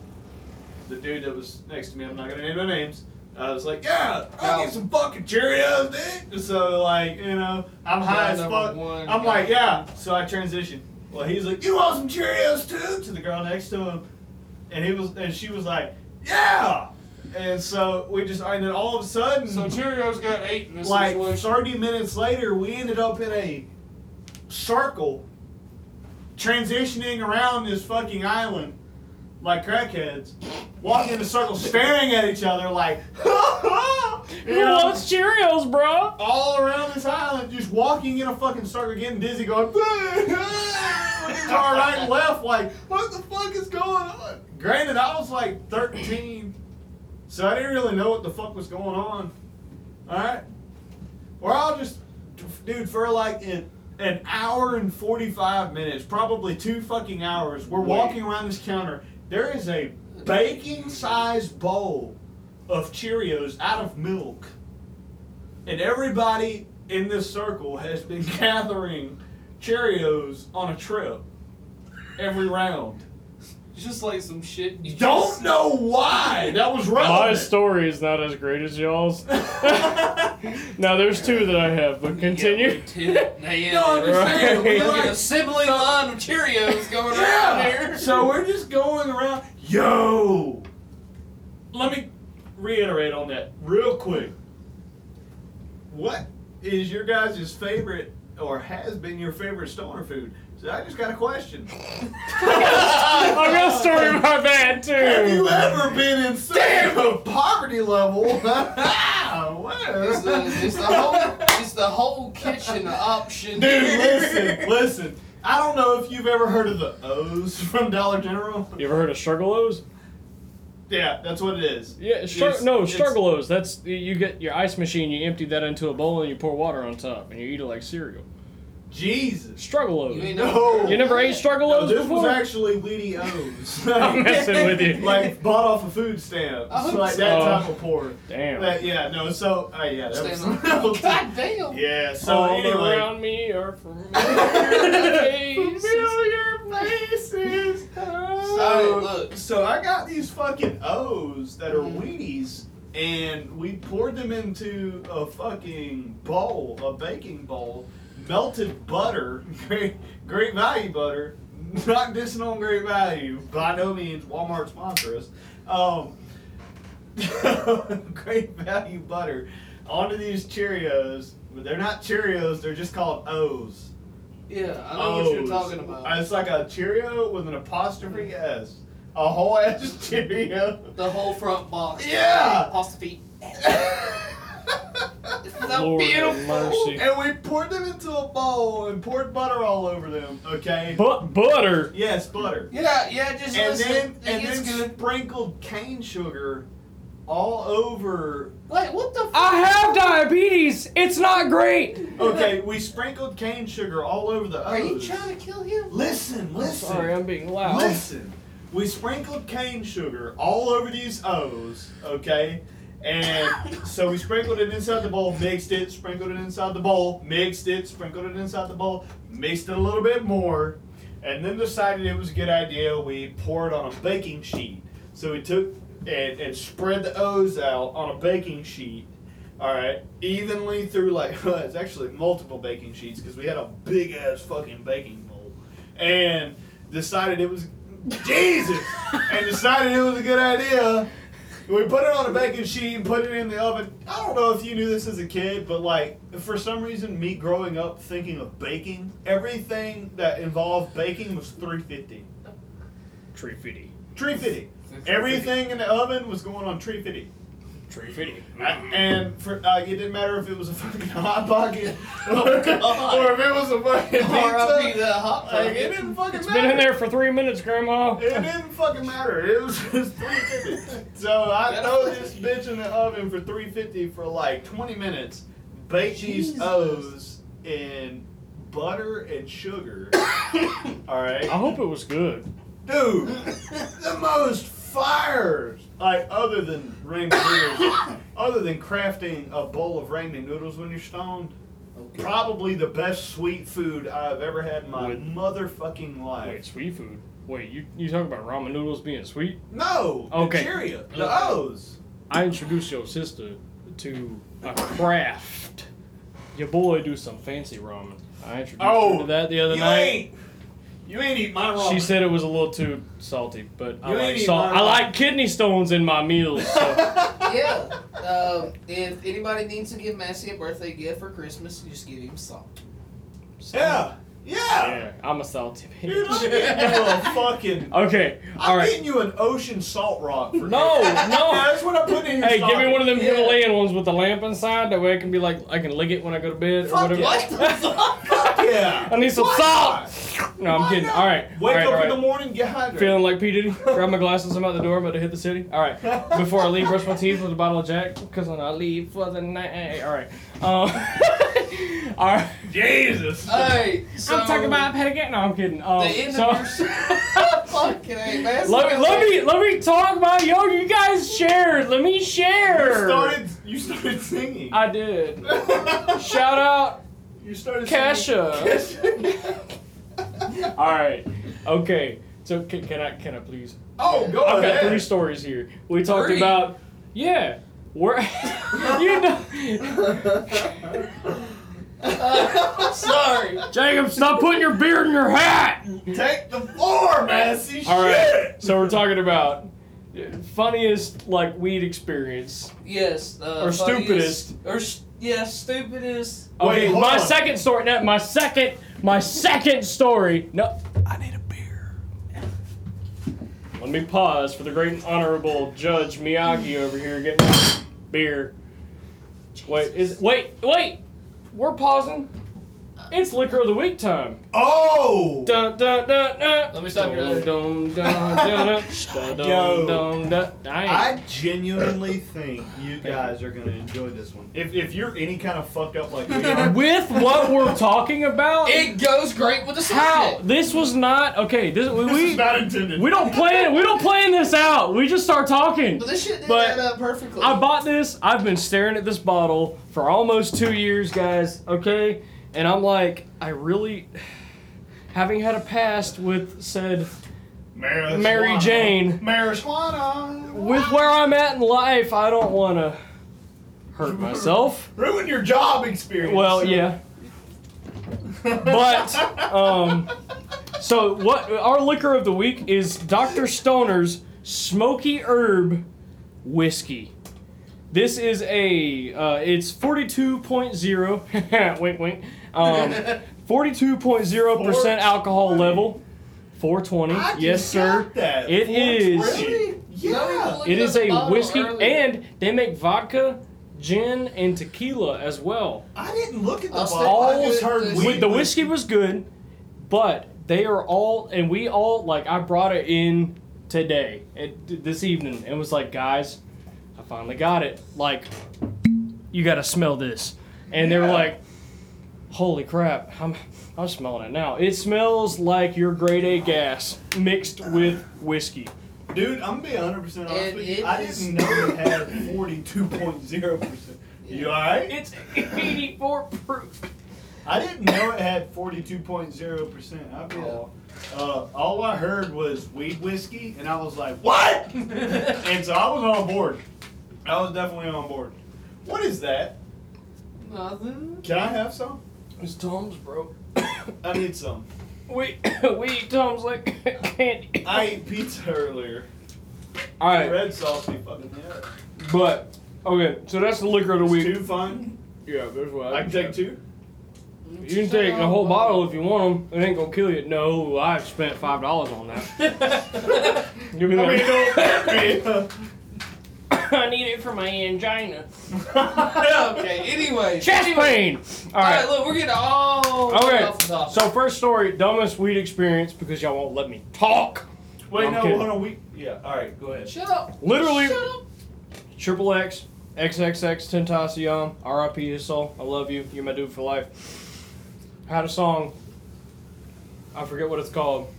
Speaker 2: The dude that was next to me, I'm not gonna name no names. I was like, "Yeah, I
Speaker 3: No.
Speaker 2: need some fucking Cheerios, dude." So like, you know, I'm high
Speaker 3: Guy
Speaker 2: as
Speaker 3: number
Speaker 2: fuck.
Speaker 3: one,
Speaker 2: I'm
Speaker 3: guy.
Speaker 2: like, "Yeah." So I transitioned. Well, he's like, "You want some Cheerios too?" To the girl next to him, and he was, and she was like, "Yeah." And so we just, and then all of a sudden,
Speaker 3: So Cheerios got eight in this
Speaker 2: like
Speaker 3: situation.
Speaker 2: 30 minutes later, we ended up in a circle transitioning around this fucking island like crackheads, walking in a circle, staring at each other like,
Speaker 1: Who
Speaker 2: you know,
Speaker 1: wants Cheerios, bro?
Speaker 2: all around this island, just walking in a fucking circle, getting dizzy, going, looking to our right and left, like, what the fuck is going on? Granted, I was like 13, so I didn't really know what the fuck was going on. All right? Or I'll just, dude, for like an, an hour and 45 minutes, probably two fucking hours, we're
Speaker 1: Wait.
Speaker 2: walking around this counter. There is a baking sized bowl of Cheerios out of milk. And everybody in this circle has been gathering Cheerios on a trip every round.
Speaker 3: Just like some shit. You
Speaker 2: Don't
Speaker 3: just-
Speaker 2: know why. That was
Speaker 1: My
Speaker 2: relevant.
Speaker 1: story is not as great as y'all's. now, there's two that I have, but
Speaker 3: Yeah,
Speaker 1: continue.
Speaker 3: Lieutenant Dan.
Speaker 2: No, I'm
Speaker 1: just saying,
Speaker 3: We
Speaker 1: we're
Speaker 3: got
Speaker 2: like-
Speaker 3: an assembly
Speaker 2: so-
Speaker 3: line of Cheerios going around
Speaker 2: yeah.
Speaker 3: here.
Speaker 2: So we're just going around. Yo. Let me reiterate on that real quick. What is your guys' favorite or has been your favorite stoner food? So I just got a question.
Speaker 1: I've got a story in my bad, too.
Speaker 2: Have you ever been in such a poverty level? Where?
Speaker 3: It's the, it's the whole it's the whole kitchen option.
Speaker 2: Dude, listen, listen. I don't know if you've ever heard of the O's from Dollar General.
Speaker 1: You ever heard of Struggalos?
Speaker 2: Yeah, that's what it is.
Speaker 1: Yeah,
Speaker 2: It's-
Speaker 1: str- no,
Speaker 2: it's-
Speaker 1: Struggalos. That's you get your ice machine, you empty that into a bowl, and you pour water on top, and you eat it like cereal.
Speaker 2: Jesus.
Speaker 1: Struggle
Speaker 3: You ain't
Speaker 1: O's.
Speaker 2: No.
Speaker 1: You never ate struggle
Speaker 2: No,
Speaker 1: O's
Speaker 2: this was
Speaker 1: before?
Speaker 2: actually Weedy O's.
Speaker 1: I'm messing with you.
Speaker 2: like bought off a food stamp.
Speaker 3: I hope
Speaker 2: like
Speaker 3: so.
Speaker 2: that
Speaker 1: Oh.
Speaker 2: type of porn.
Speaker 1: Damn.
Speaker 2: That- yeah, no, so uh, yeah, that was
Speaker 3: Stand up. God damn.
Speaker 2: Yeah, so
Speaker 1: All
Speaker 2: anyway.
Speaker 1: around me are familiar faces.
Speaker 2: places.
Speaker 3: Sorry,
Speaker 2: So,
Speaker 3: look.
Speaker 2: so I got these fucking O's that are
Speaker 3: Mhm.
Speaker 2: Wheaties, and we poured them into a fucking bowl, a baking bowl, melted butter, great, great value butter. Not dissing on great value, by no means. Walmart sponsor us. Um, great value butter onto these Cheerios, but they're not Cheerios. They're just called O's.
Speaker 3: Yeah, I know what you're
Speaker 2: O's.
Speaker 3: talking about.
Speaker 2: Oh, uh,
Speaker 3: Mm-hmm.
Speaker 2: It's like a Cheerio with an apostrophe S. A whole ass Cheerio.
Speaker 3: the whole front box.
Speaker 2: Yeah.
Speaker 3: Apostrophe. It's so
Speaker 1: Lord have
Speaker 3: beautiful.
Speaker 1: mercy.
Speaker 2: and we poured them into a bowl and poured butter all over them. Okay.
Speaker 1: But butter.
Speaker 2: yes, butter.
Speaker 3: Yeah, yeah, just
Speaker 2: And
Speaker 3: listen.
Speaker 2: then
Speaker 3: it
Speaker 2: and
Speaker 3: gets
Speaker 2: then
Speaker 3: good.
Speaker 2: sprinkled cane sugar all over.
Speaker 3: Wait, what the fuck?
Speaker 1: I have diabetes. It's not great.
Speaker 2: Okay, we sprinkled cane sugar all over the.
Speaker 3: Are you
Speaker 2: O's.
Speaker 3: trying to kill him?
Speaker 2: Listen, listen.
Speaker 1: Sorry, I'm being loud.
Speaker 2: Listen, we sprinkled cane sugar all over these O's, okay? And so we sprinkled it inside the bowl, mixed it, sprinkled it inside the bowl, mixed it, sprinkled it inside the bowl, mixed it a little bit more, and then decided it was a good idea. We poured on a baking sheet. So we took and, and spread the O's out on a baking sheet. All right, evenly through like it's actually multiple baking sheets because we had a big ass fucking baking bowl, and decided it was Jesus, and decided it was a good idea. We put it on a baking sheet and put it in the oven. I don't know if you knew this as a kid, but like for some reason, me growing up thinking of baking, everything that involved baking was three fifty.
Speaker 1: Tree fitty.
Speaker 2: Three fifty. Everything in the oven was going on three fifty.
Speaker 1: Tree fitty.
Speaker 2: And for like, it didn't matter if it was a fucking hot pocket or, or if it
Speaker 3: God.
Speaker 2: was a fucking
Speaker 3: R.I.P.
Speaker 2: pizza.
Speaker 3: the hot
Speaker 2: Like, it
Speaker 3: pocket.
Speaker 2: didn't fucking
Speaker 1: It's
Speaker 2: matter.
Speaker 1: been in there for three minutes, Grandma.
Speaker 2: It didn't fucking matter. It was just three fifty. So I throw this bitch in the oven for three fifty for like twenty minutes. Bake these
Speaker 3: Jesus.
Speaker 2: O's in butter and sugar. All right.
Speaker 1: I hope it was good.
Speaker 2: Dude, the most fires. Like other than ramen noodles, other than crafting a bowl of ramen noodles when you're stoned, probably the best sweet food I've ever had in my
Speaker 1: Wait.
Speaker 2: motherfucking
Speaker 1: Wait,
Speaker 2: life.
Speaker 1: sweet food. Wait, you you talking about ramen noodles being sweet?
Speaker 2: No,
Speaker 1: Okay.
Speaker 2: the Cheerio, the O's.
Speaker 1: I introduced your sister to a craft. Your boy do some fancy ramen. I introduced her
Speaker 2: Oh,
Speaker 1: to that the other
Speaker 2: you
Speaker 1: night.
Speaker 2: ain't, you ain't eat my ramen.
Speaker 1: She said it was a little too salty, but I
Speaker 2: Oh. You ain't
Speaker 1: like
Speaker 2: eat
Speaker 1: salt.
Speaker 2: mine
Speaker 1: I
Speaker 2: ramen.
Speaker 1: like kidney stones in my meals. So.
Speaker 3: yeah. Um, if anybody needs to give Massey a birthday gift for Christmas, you just give him salt.
Speaker 2: yeah, yeah.
Speaker 1: Yeah, I'm a salty
Speaker 2: Dude, I'm
Speaker 1: bitch.
Speaker 2: getting you a fucking.
Speaker 1: Okay, all
Speaker 2: I'm
Speaker 1: right.
Speaker 2: getting you an ocean salt rock. For
Speaker 1: No,
Speaker 2: Christmas.
Speaker 1: no.
Speaker 2: Yeah, that's what I put in your
Speaker 1: Hey, give me one of them
Speaker 2: stocking. Yeah.
Speaker 1: Himalayan ones with the lamp inside. That way I can be like, I can lick it when I go to bed or
Speaker 2: Fuck
Speaker 1: whatever.
Speaker 2: yeah. Fuck yeah.
Speaker 1: I need some
Speaker 2: Why
Speaker 1: salt. No, I'm
Speaker 2: Why
Speaker 1: kidding.
Speaker 2: not?
Speaker 1: All right.
Speaker 2: Wake
Speaker 1: all right,
Speaker 2: up
Speaker 1: all right.
Speaker 2: in the morning, get hydrated.
Speaker 1: Feeling like P. Diddy? Grab my glasses, I'm out the door, about to hit the city. All right. Before I leave, brush my teeth with a bottle of Jack, because when I leave for the night. All right. Um, all right.
Speaker 2: Jesus.
Speaker 3: Alright, so
Speaker 1: I'm talking about Petticoat. No, I'm kidding. Um,
Speaker 3: the end
Speaker 1: so,
Speaker 3: of your Fucking A, Massey.
Speaker 1: let, me, let, me, let me talk about, yo, you guys shared. Let me
Speaker 2: you
Speaker 1: share.
Speaker 2: started. You started singing.
Speaker 1: I did. Shout out
Speaker 2: you started.
Speaker 1: Kesha.
Speaker 2: Singing.
Speaker 1: All right. Okay. So can, can I can I please?
Speaker 2: oh, go
Speaker 1: I've got
Speaker 2: ahead.
Speaker 1: three stories here. We talked
Speaker 3: Three?
Speaker 1: about yeah. We're you know,
Speaker 3: Uh, sorry.
Speaker 1: Jacob, stop putting your beard in your hat.
Speaker 2: Take the floor, Massey.
Speaker 1: All right.
Speaker 2: Shit.
Speaker 1: So we're talking about funniest like weed experience.
Speaker 3: Yes. Uh,
Speaker 1: Or
Speaker 3: funniest- Or s- yeah, stupidest.
Speaker 1: Okay,
Speaker 2: Oh, Wait, hold
Speaker 1: my
Speaker 2: on.
Speaker 1: second story. Not my second. My second story. No.
Speaker 3: I need a beer.
Speaker 1: Let me pause for the great and honorable Judge Miyagi over here getting beer. Wait, is wait, wait. We're pausing. It's liquor of the week time.
Speaker 2: Oh.
Speaker 1: Dun, dun, dun, dun.
Speaker 3: Let me stop you right there.
Speaker 1: Dun, dun, dun, dun, dun,
Speaker 2: Yo.
Speaker 1: dun, dun. I
Speaker 2: I
Speaker 1: ain't-
Speaker 2: genuinely think you guys are gonna enjoy this one. If, if you're any kind of fucked up like we are,
Speaker 1: With what we're talking about,
Speaker 3: It goes great with the
Speaker 1: Oh. how
Speaker 3: sausage.
Speaker 1: this was not okay. This,
Speaker 2: this
Speaker 1: we
Speaker 2: is not intended.
Speaker 1: we don't plan we don't plan this out. We just start talking.
Speaker 3: But this shit did
Speaker 1: But
Speaker 3: that up perfectly.
Speaker 1: I bought this. I've been staring at this bottle for almost two years, guys. Okay, and I'm like, I really, having had a past with said
Speaker 2: Marijuana.
Speaker 1: Mary Jane.
Speaker 2: Marijuana.
Speaker 1: with where I'm at in life, I don't want to hurt myself.
Speaker 2: Ruin your job experience.
Speaker 1: Well, yeah. But um so what our liquor of the week is Dr. Stoner's Smoky Herb Whiskey. This is a uh, it's 42.0 wink wink. Um 42.0% alcohol level. 420.
Speaker 2: I just
Speaker 1: yes, sir.
Speaker 2: got that.
Speaker 1: It is-
Speaker 2: Really?
Speaker 3: No,
Speaker 2: Yeah.
Speaker 3: look
Speaker 1: It
Speaker 3: at
Speaker 1: is
Speaker 3: the
Speaker 1: a
Speaker 3: bottle
Speaker 1: whiskey,
Speaker 3: earlier.
Speaker 1: and they make vodka, gin, and tequila as well.
Speaker 2: I didn't look at the
Speaker 3: I'll
Speaker 2: bottle.
Speaker 1: stick
Speaker 2: I
Speaker 1: with
Speaker 2: just heard
Speaker 3: the-
Speaker 1: With the whiskey was good, but they are all, and we all like. I brought it in today, it, this evening, and was like, guys, I finally got it. Like, you got to smell this, and they were
Speaker 2: Yeah.
Speaker 1: like, holy crap, I'm, I'm smelling it now. It smells like your grade A gas mixed with whiskey.
Speaker 2: Dude, I'm gonna be 100 percent honest
Speaker 3: And
Speaker 2: with
Speaker 3: it
Speaker 2: you. I
Speaker 3: is-
Speaker 2: didn't know it had 42.0 percent. You all right?
Speaker 1: It's 84 proof.
Speaker 2: I didn't know it had 42.0 percent alcohol. Uh, all I heard was weed whiskey, and I was like, "What?" and so I was on board. I was definitely on board. What is that?
Speaker 3: Nothing.
Speaker 2: Can I have some?
Speaker 1: His thumbs broke.
Speaker 2: I need some.
Speaker 1: We we eat Tom's like candy.
Speaker 2: I ate pizza earlier.
Speaker 1: All right,
Speaker 2: Red sauce be fucking hell.
Speaker 1: but okay, so that's the liquor of the
Speaker 2: Is
Speaker 1: week.
Speaker 2: two fun?
Speaker 1: Yeah, there's what.
Speaker 2: I can take two.
Speaker 1: You can take a whole bottle if you want them. It ain't gonna kill you. No, I spent five dollars on that. Give me
Speaker 2: I mean,
Speaker 1: that.
Speaker 2: don't hurt me.
Speaker 1: I need it for my angina.
Speaker 3: okay. Anyway.
Speaker 1: Chest pain. All
Speaker 3: All right.
Speaker 1: right.
Speaker 3: Look, we're getting all
Speaker 1: Okay.
Speaker 3: off the topic.
Speaker 1: So first story, dumbest weed experience because y'all won't let me talk.
Speaker 2: Wait,
Speaker 1: I'm
Speaker 2: no,
Speaker 1: kidding.
Speaker 2: hold on. We yeah. All right, go ahead.
Speaker 3: shut up.
Speaker 1: Literally-
Speaker 3: Shut up.
Speaker 1: Triple X, XXX Tentacion, R.I.P. his soul. I love you. You're my dude for life. Had a song. I forget what it's called,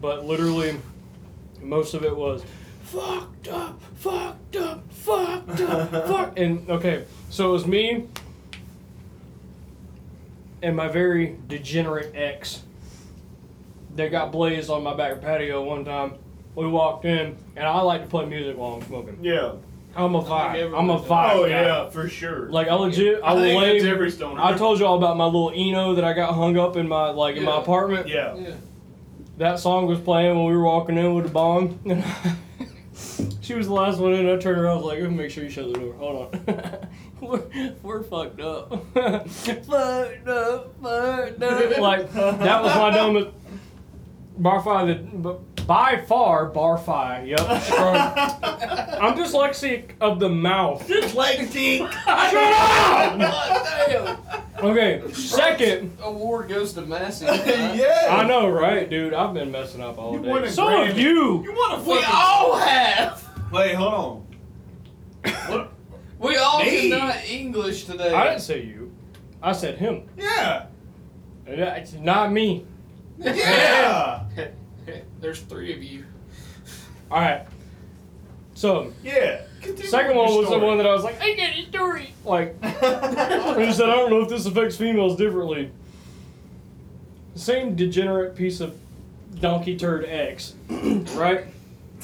Speaker 1: but literally, most of it was fucked up, fucked up, fucked up, fuck. And okay, so it was me and my very degenerate ex that got blazed on my back patio one time. We walked in, and I like to play music while I'm smoking.
Speaker 2: Yeah.
Speaker 1: I'm a
Speaker 3: I think
Speaker 1: vibe. I'm a
Speaker 3: everyone does.
Speaker 1: vibe.
Speaker 2: oh
Speaker 1: guy.
Speaker 2: yeah, for sure.
Speaker 1: Like I legit, I,
Speaker 2: I
Speaker 1: will
Speaker 2: think
Speaker 1: lay.
Speaker 2: that's every stoner.
Speaker 1: I told you all about my little Eno that I got hung up in my like in my
Speaker 3: Yeah.
Speaker 1: apartment.
Speaker 2: yeah.
Speaker 3: Yeah.
Speaker 1: That song was playing when we were walking in with the bong. she was the last one in. I turned around. I was like, "Oh, "Make sure you shut the door. Hold on. we're, we're fucked up. fucked up. Fucked up." like that was my dumbest. Bar fi the b- by far bar fi. Yep. strong. I'm dyslexic of the mouth.
Speaker 2: Just like Dink.
Speaker 1: Shut up!
Speaker 3: God
Speaker 1: Okay, second.
Speaker 3: damn. Award goes to Massey. right?
Speaker 2: yeah.
Speaker 1: I know, right, dude? I've been messing up all
Speaker 2: You
Speaker 1: day.
Speaker 2: won a
Speaker 1: So
Speaker 2: Grammy.
Speaker 1: have you.
Speaker 2: You want to
Speaker 3: We all have.
Speaker 2: Wait, hold on. What?
Speaker 3: We all
Speaker 2: Me?
Speaker 3: cannot English today.
Speaker 1: I didn't say you. I said him.
Speaker 2: Yeah.
Speaker 1: And that- It's not me.
Speaker 2: Yeah.
Speaker 3: There's three of you.
Speaker 1: All right. So
Speaker 2: Yeah. Continue
Speaker 1: second
Speaker 2: with
Speaker 1: one
Speaker 2: your
Speaker 1: was the
Speaker 2: story.
Speaker 1: one that I was like, I get a story. Like I
Speaker 2: Who's
Speaker 1: just said, "Oh." I don't know if this affects females differently. Same degenerate piece of donkey turd X, right?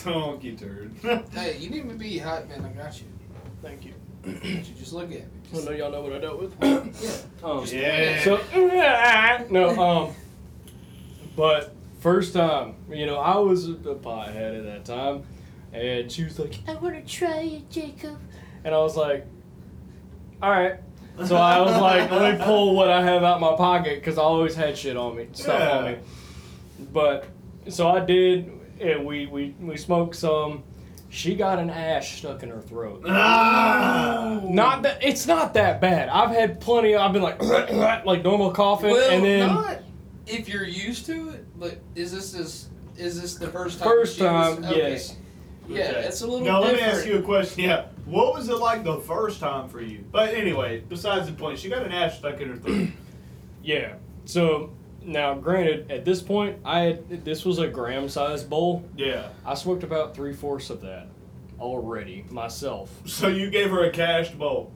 Speaker 2: Donkey turd.
Speaker 3: Hey, you need to be hot, man. I got you.
Speaker 1: Thank you.
Speaker 3: You just look at me.
Speaker 1: I
Speaker 3: Just,
Speaker 1: know y'all know what I dealt with.
Speaker 3: yeah.
Speaker 1: Um,
Speaker 2: Oh, yeah.
Speaker 1: So no, um, but first time, you know, I was a pothead at that time, and she was like,
Speaker 4: I want to try it, Jacob.
Speaker 1: and I was like, all right. So I was like, let me pull what I have out my pocket because I always had shit on me, stuff on
Speaker 2: Yeah.
Speaker 1: me. But so I did, and we we we smoked some. She got an ash stuck in her throat.
Speaker 2: Ah.
Speaker 1: Not that it's not that bad. I've had plenty. I've been like like normal coughing,
Speaker 3: Well,
Speaker 1: and then
Speaker 3: not if you're used to it, but is this is is this the first time?
Speaker 1: First
Speaker 3: she was-
Speaker 1: time,
Speaker 3: okay.
Speaker 1: yes.
Speaker 3: Yeah,
Speaker 2: Okay.
Speaker 3: it's a little.
Speaker 2: Now
Speaker 3: different.
Speaker 2: let me ask you a question. Yeah, what was it like the first time for you? But anyway, besides the point, she got an ash stuck in her throat.
Speaker 1: Yeah. So now, granted, at this point, I had, this was a gram sized bowl.
Speaker 2: yeah.
Speaker 1: I smoked about three fourths of that already myself.
Speaker 2: So you gave her a cashed bowl.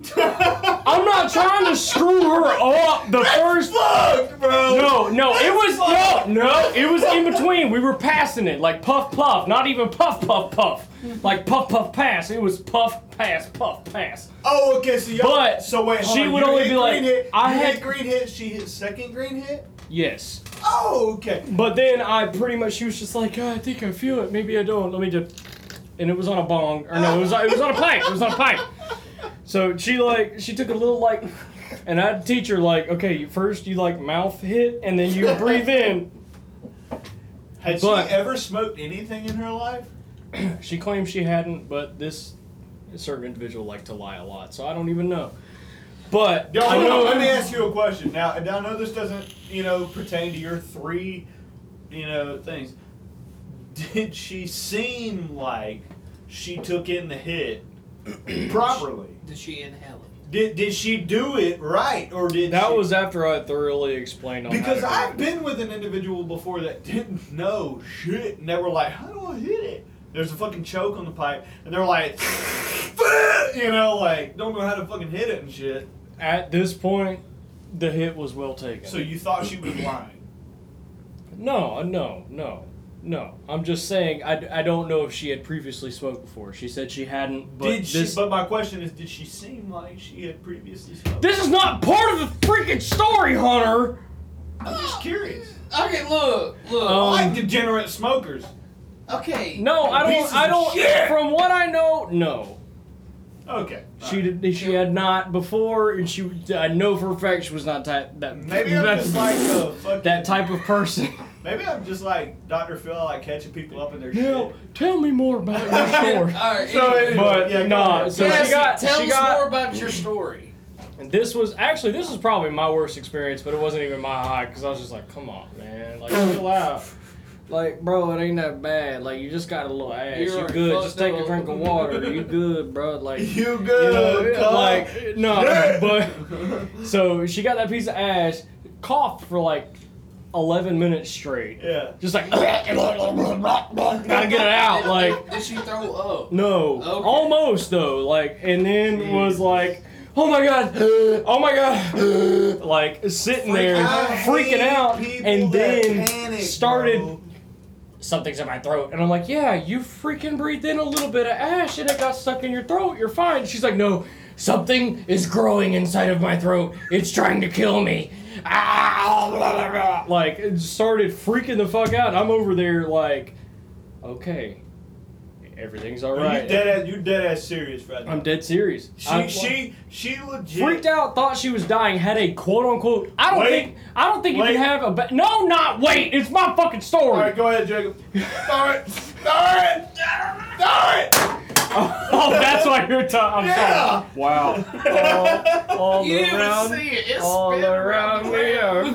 Speaker 1: I'm not trying to screw her up. The first.
Speaker 2: Fuck, bro.
Speaker 1: No, no, it was
Speaker 2: That's fucked.
Speaker 1: no, no, it was in between. We were passing it like puff, puff, not even puff, puff, puff, like puff, puff, pass. It was puff, pass, puff, pass.
Speaker 2: Oh, okay. So y'all.
Speaker 1: But
Speaker 2: so wait, hold
Speaker 1: she
Speaker 2: on.
Speaker 1: would
Speaker 2: you
Speaker 1: only
Speaker 2: hit
Speaker 1: be
Speaker 2: green
Speaker 1: like,
Speaker 2: hit,
Speaker 1: I
Speaker 2: you hit
Speaker 1: had-
Speaker 2: green hit. She hit second green hit.
Speaker 1: Yes,
Speaker 2: Oh, okay.
Speaker 1: but then I pretty much she was just like, "Oh, I think I feel it. Maybe I don't. Let me just. And it was on a bong, or no, it was it was on a pipe. It was on a pipe. So she like she took a little like, and I'd teach her like, okay, you first you like mouth hit, and then you breathe in.
Speaker 2: Had
Speaker 1: But-
Speaker 2: she ever smoked anything in her life?
Speaker 1: She claims she hadn't, but this certain individual liked to lie a lot, so I don't even know. But
Speaker 2: No,
Speaker 1: I
Speaker 2: no,
Speaker 1: know.
Speaker 2: Let me ask you a question. Now, and I know this doesn't, you know, pertain to your three, you know, things. Did she seem like she took in the hit properly?
Speaker 3: Did she inhale it?
Speaker 2: Did did she do it right, or did
Speaker 1: that
Speaker 2: she-
Speaker 1: was after I thoroughly explained on
Speaker 2: Because
Speaker 1: how to
Speaker 2: I've
Speaker 1: do it.
Speaker 2: been with an individual before that didn't know shit, and they were like, "How do I hit it?" There's a fucking choke on the pipe, and they're like, you know, like don't know how to fucking hit it and shit.
Speaker 1: at this point, the hit was well taken.
Speaker 2: So you thought she was lying.
Speaker 1: no, no, no, no. I'm just saying I, I don't know if she had previously smoked before. She said she hadn't, but
Speaker 2: did
Speaker 1: this
Speaker 2: she? But my question is, did she seem like she had previously smoked?
Speaker 1: this is not part of the freaking story, Hunter.
Speaker 2: I'm just curious.
Speaker 3: Okay, look, look.
Speaker 1: Um,
Speaker 2: like degenerate smokers.
Speaker 3: okay.
Speaker 1: No, I don't.
Speaker 2: Pieces of
Speaker 1: I don't.
Speaker 2: shit.
Speaker 1: From what I know, no.
Speaker 2: Okay.
Speaker 1: She did. She had not before, and she. I know for a fact she was not that. that
Speaker 2: Maybe I'm
Speaker 1: that,
Speaker 2: just like uh, a fucking.
Speaker 1: that type of person.
Speaker 2: Maybe I'm just like Dr. Phil, like catching people up in their
Speaker 1: Now,
Speaker 2: shit.
Speaker 1: tell me more about your
Speaker 3: All
Speaker 1: story.
Speaker 3: right.
Speaker 2: So
Speaker 3: anyway.
Speaker 2: it-
Speaker 1: But
Speaker 2: Yeah, go
Speaker 1: nah,
Speaker 2: ahead.
Speaker 1: so
Speaker 3: Jesse,
Speaker 1: she got.
Speaker 3: tell
Speaker 1: she
Speaker 3: us
Speaker 1: got.
Speaker 3: more about your story.
Speaker 1: And this was actually this was probably my worst experience, but it wasn't even my high because I was just like, come on, man, like chill out. Mm. Like, bro, it ain't that bad. Like, you just got a little ass.
Speaker 3: You're
Speaker 1: You good?
Speaker 3: fucked
Speaker 1: Just take a
Speaker 3: up.
Speaker 1: drink of water. You good, bro? Like,
Speaker 2: You
Speaker 1: You know,
Speaker 2: good?
Speaker 1: yeah,
Speaker 2: cuz?
Speaker 1: like no,
Speaker 2: Yeah.
Speaker 1: but so she got that piece of ash, coughed for like eleven minutes straight,
Speaker 2: yeah.
Speaker 1: just like gotta get it out. Like
Speaker 3: did she throw up?
Speaker 1: no,
Speaker 3: Okay.
Speaker 1: almost though. Like and then was like, oh my god, oh my god, like sitting there
Speaker 2: I
Speaker 1: freaking
Speaker 2: hate
Speaker 1: out,
Speaker 2: people
Speaker 1: and
Speaker 2: that
Speaker 1: then
Speaker 2: panic,
Speaker 1: started
Speaker 2: bro.
Speaker 1: something's in my throat. And I'm like, yeah, you freaking breathed in a little bit of ash and it got stuck in your throat. You're fine. She's like, no, something is growing inside of my throat. It's trying to kill me. Ah, blah, blah, blah. Like, it started freaking the fuck out. I'm over there, like, okay, everything's all
Speaker 2: Are
Speaker 1: right.
Speaker 2: You dead ass. You dead ass serious right now.
Speaker 1: I'm dead serious.
Speaker 2: She
Speaker 1: I'm-
Speaker 2: she she legit.
Speaker 1: freaked out, thought she was dying, had a quote unquote. I don't
Speaker 2: Wait.
Speaker 1: think I don't think
Speaker 2: Wait.
Speaker 1: you can have a. Ba- no, not wait. It's my fucking story.
Speaker 2: All right, go ahead, Jacob. Start, start, start.
Speaker 1: Oh, that's why you're talking. I'm
Speaker 2: Yeah.
Speaker 1: sorry. Wow. All, all
Speaker 3: You didn't
Speaker 1: around,
Speaker 3: even see it. It's
Speaker 1: all
Speaker 3: spinning
Speaker 1: around
Speaker 3: around
Speaker 1: me
Speaker 3: the
Speaker 1: are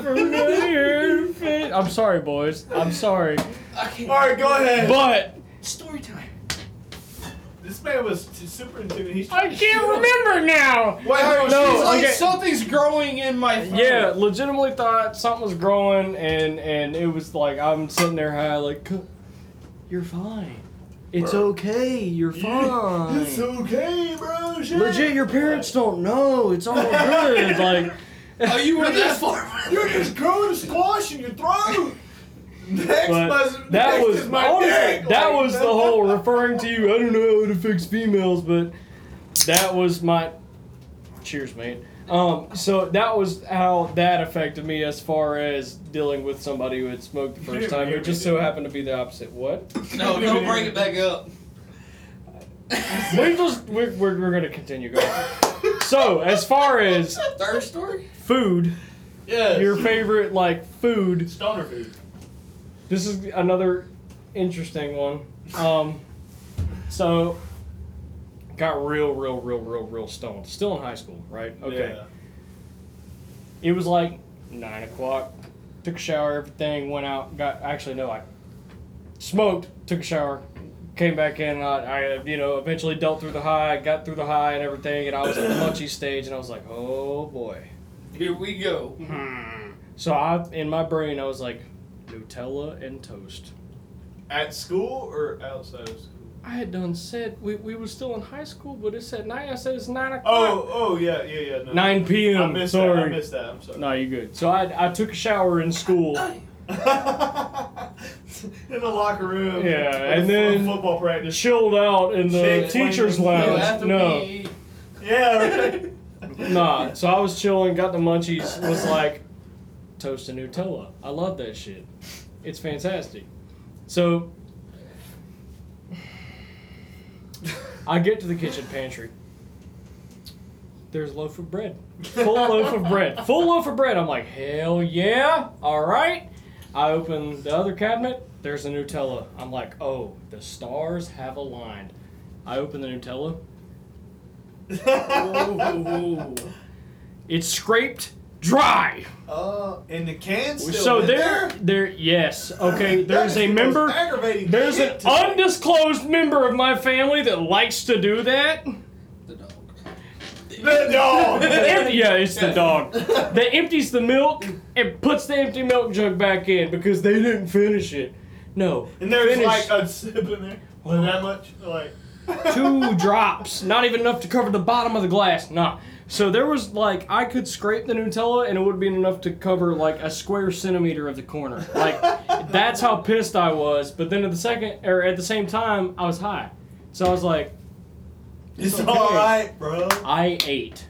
Speaker 1: familiar fa- I'm sorry, boys. I'm sorry,
Speaker 3: Okay.
Speaker 2: All right, go ahead.
Speaker 1: but
Speaker 3: Story time.
Speaker 2: this man was t- super into it. He's
Speaker 1: I can't remember now.
Speaker 2: Wait, hang on,
Speaker 1: No,
Speaker 2: she's
Speaker 1: okay.
Speaker 2: like-
Speaker 3: something's growing in my throat.
Speaker 1: Yeah, legitimately thought something was growing, and and it was like I'm sitting there high, like, "C- you're fine. It's okay. You're fine.
Speaker 2: It's okay, bro. Shit.
Speaker 1: Legit, your parents don't know. It's all good. Like.
Speaker 3: Oh, you were that far.
Speaker 2: You're just growing a squash in your throat. next,
Speaker 1: But
Speaker 2: bus-
Speaker 1: that
Speaker 2: next
Speaker 1: was
Speaker 2: is my
Speaker 1: honestly,
Speaker 2: dick.
Speaker 1: that
Speaker 2: Like,
Speaker 1: was the whole referring to you. I don't know how to fix females, but that was my cheers, mate. Um, so that was how that affected me as far as dealing with somebody who had smoked the first time. It just so happened to be the opposite. What?
Speaker 3: No, don't bring it back up.
Speaker 1: We just we're, we're, we're gonna continue going. So as far as
Speaker 3: Third story?
Speaker 1: food,
Speaker 2: Yes.
Speaker 1: your favorite like food.
Speaker 2: stoner food.
Speaker 1: This is another interesting one. Um, so got real, real, real, real, real stoned. Still in high school, right? Okay.
Speaker 2: Yeah.
Speaker 1: It was like nine o'clock. took a shower, everything, went out, got actually no, I smoked, took a shower, came back in, I, I you know, eventually dealt through the high, got through the high and everything, and I was at the munchy stage and I was like, Oh boy.
Speaker 3: Here we go.
Speaker 1: So I in my brain I was like, Nutella and toast.
Speaker 2: At school or outside of school?
Speaker 1: I had done said we, we were still in high school, but it's at night. I said it's nine o'clock.
Speaker 2: Oh, oh yeah, yeah, yeah. No.
Speaker 1: 9 p.m.
Speaker 2: I missed
Speaker 1: sorry.
Speaker 2: that. I missed that. I'm sorry.
Speaker 1: No, you're good. So I, I took a shower in school.
Speaker 2: in the locker room.
Speaker 1: Yeah,
Speaker 2: with
Speaker 1: and
Speaker 2: fo-
Speaker 1: then-
Speaker 2: football practice.
Speaker 1: chilled out in the
Speaker 2: Shit.
Speaker 1: teacher's
Speaker 2: You
Speaker 3: You
Speaker 1: lounge.
Speaker 3: have to
Speaker 1: No,
Speaker 3: be-
Speaker 2: Yeah. Right.
Speaker 1: nah. So I was chilling, got the munchies, was like, toast and Nutella. I love that shit. It's fantastic. So I get to the kitchen pantry. There's a loaf of bread. Full loaf of bread. Full loaf of bread. I'm like, hell yeah. All right. I open the other cabinet. There's a Nutella. I'm like, oh, the stars have aligned. I open the Nutella. Ooh. It's scraped dry.
Speaker 2: Uh, and the can still
Speaker 1: so
Speaker 2: in
Speaker 1: there,
Speaker 2: there.
Speaker 1: there, yes, okay.
Speaker 2: That
Speaker 1: There's
Speaker 2: is
Speaker 1: a
Speaker 2: the most
Speaker 1: member.
Speaker 2: aggravating
Speaker 1: There's
Speaker 2: shit
Speaker 1: an
Speaker 2: to me.
Speaker 1: undisclosed member of my family that likes to do that.
Speaker 3: The dog.
Speaker 2: The dog.
Speaker 1: Em- yeah, it's the dog that empties the milk and puts the empty milk jug back in because they didn't finish it. No,
Speaker 2: And there's
Speaker 1: finish Oh.
Speaker 2: like a sip in there. Was that much? Like.
Speaker 1: two drops, not even enough to cover the bottom of the glass. Nah. So there was like I could scrape the Nutella and it would be enough to cover like a square centimeter of the corner. Like that's how pissed I was. But then at the second or at the same time I was high, so I was like
Speaker 2: It's
Speaker 1: okay.
Speaker 2: all right, bro.
Speaker 1: I ate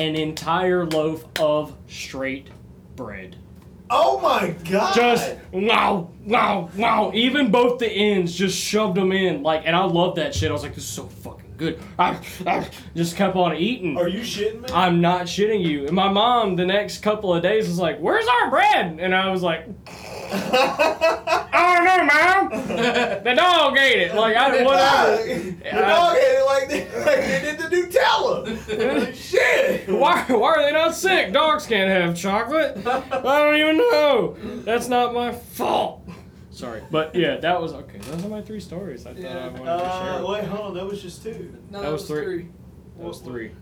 Speaker 1: an entire loaf of straight bread.
Speaker 2: Oh my god.
Speaker 1: Just wow, wow, wow. Even both the ends just shoved them in. Like, and I love that shit. I was like, this is so fucking good. I, just kept on eating.
Speaker 2: Are you shitting me?
Speaker 1: I'm not shitting you. And my mom, the next couple of days, was like, "Where's our bread?" And I was like, "I don't know, mom. the dog ate it. Like, I whatever.
Speaker 2: The
Speaker 1: I-
Speaker 2: dog ate it like they, like they did the Nutella. Shit.
Speaker 1: Why? Why are they not sick? Dogs can't have chocolate.
Speaker 2: Uh,
Speaker 1: I don't even know. That's not my fault. Sorry, but yeah, that was okay. Those are my three stories. I thought I
Speaker 3: Yeah.
Speaker 1: wanted to share.
Speaker 2: Uh, wait, hold on. That was just two.
Speaker 3: No,
Speaker 1: That
Speaker 3: it
Speaker 1: was three. that
Speaker 3: What-
Speaker 1: was three.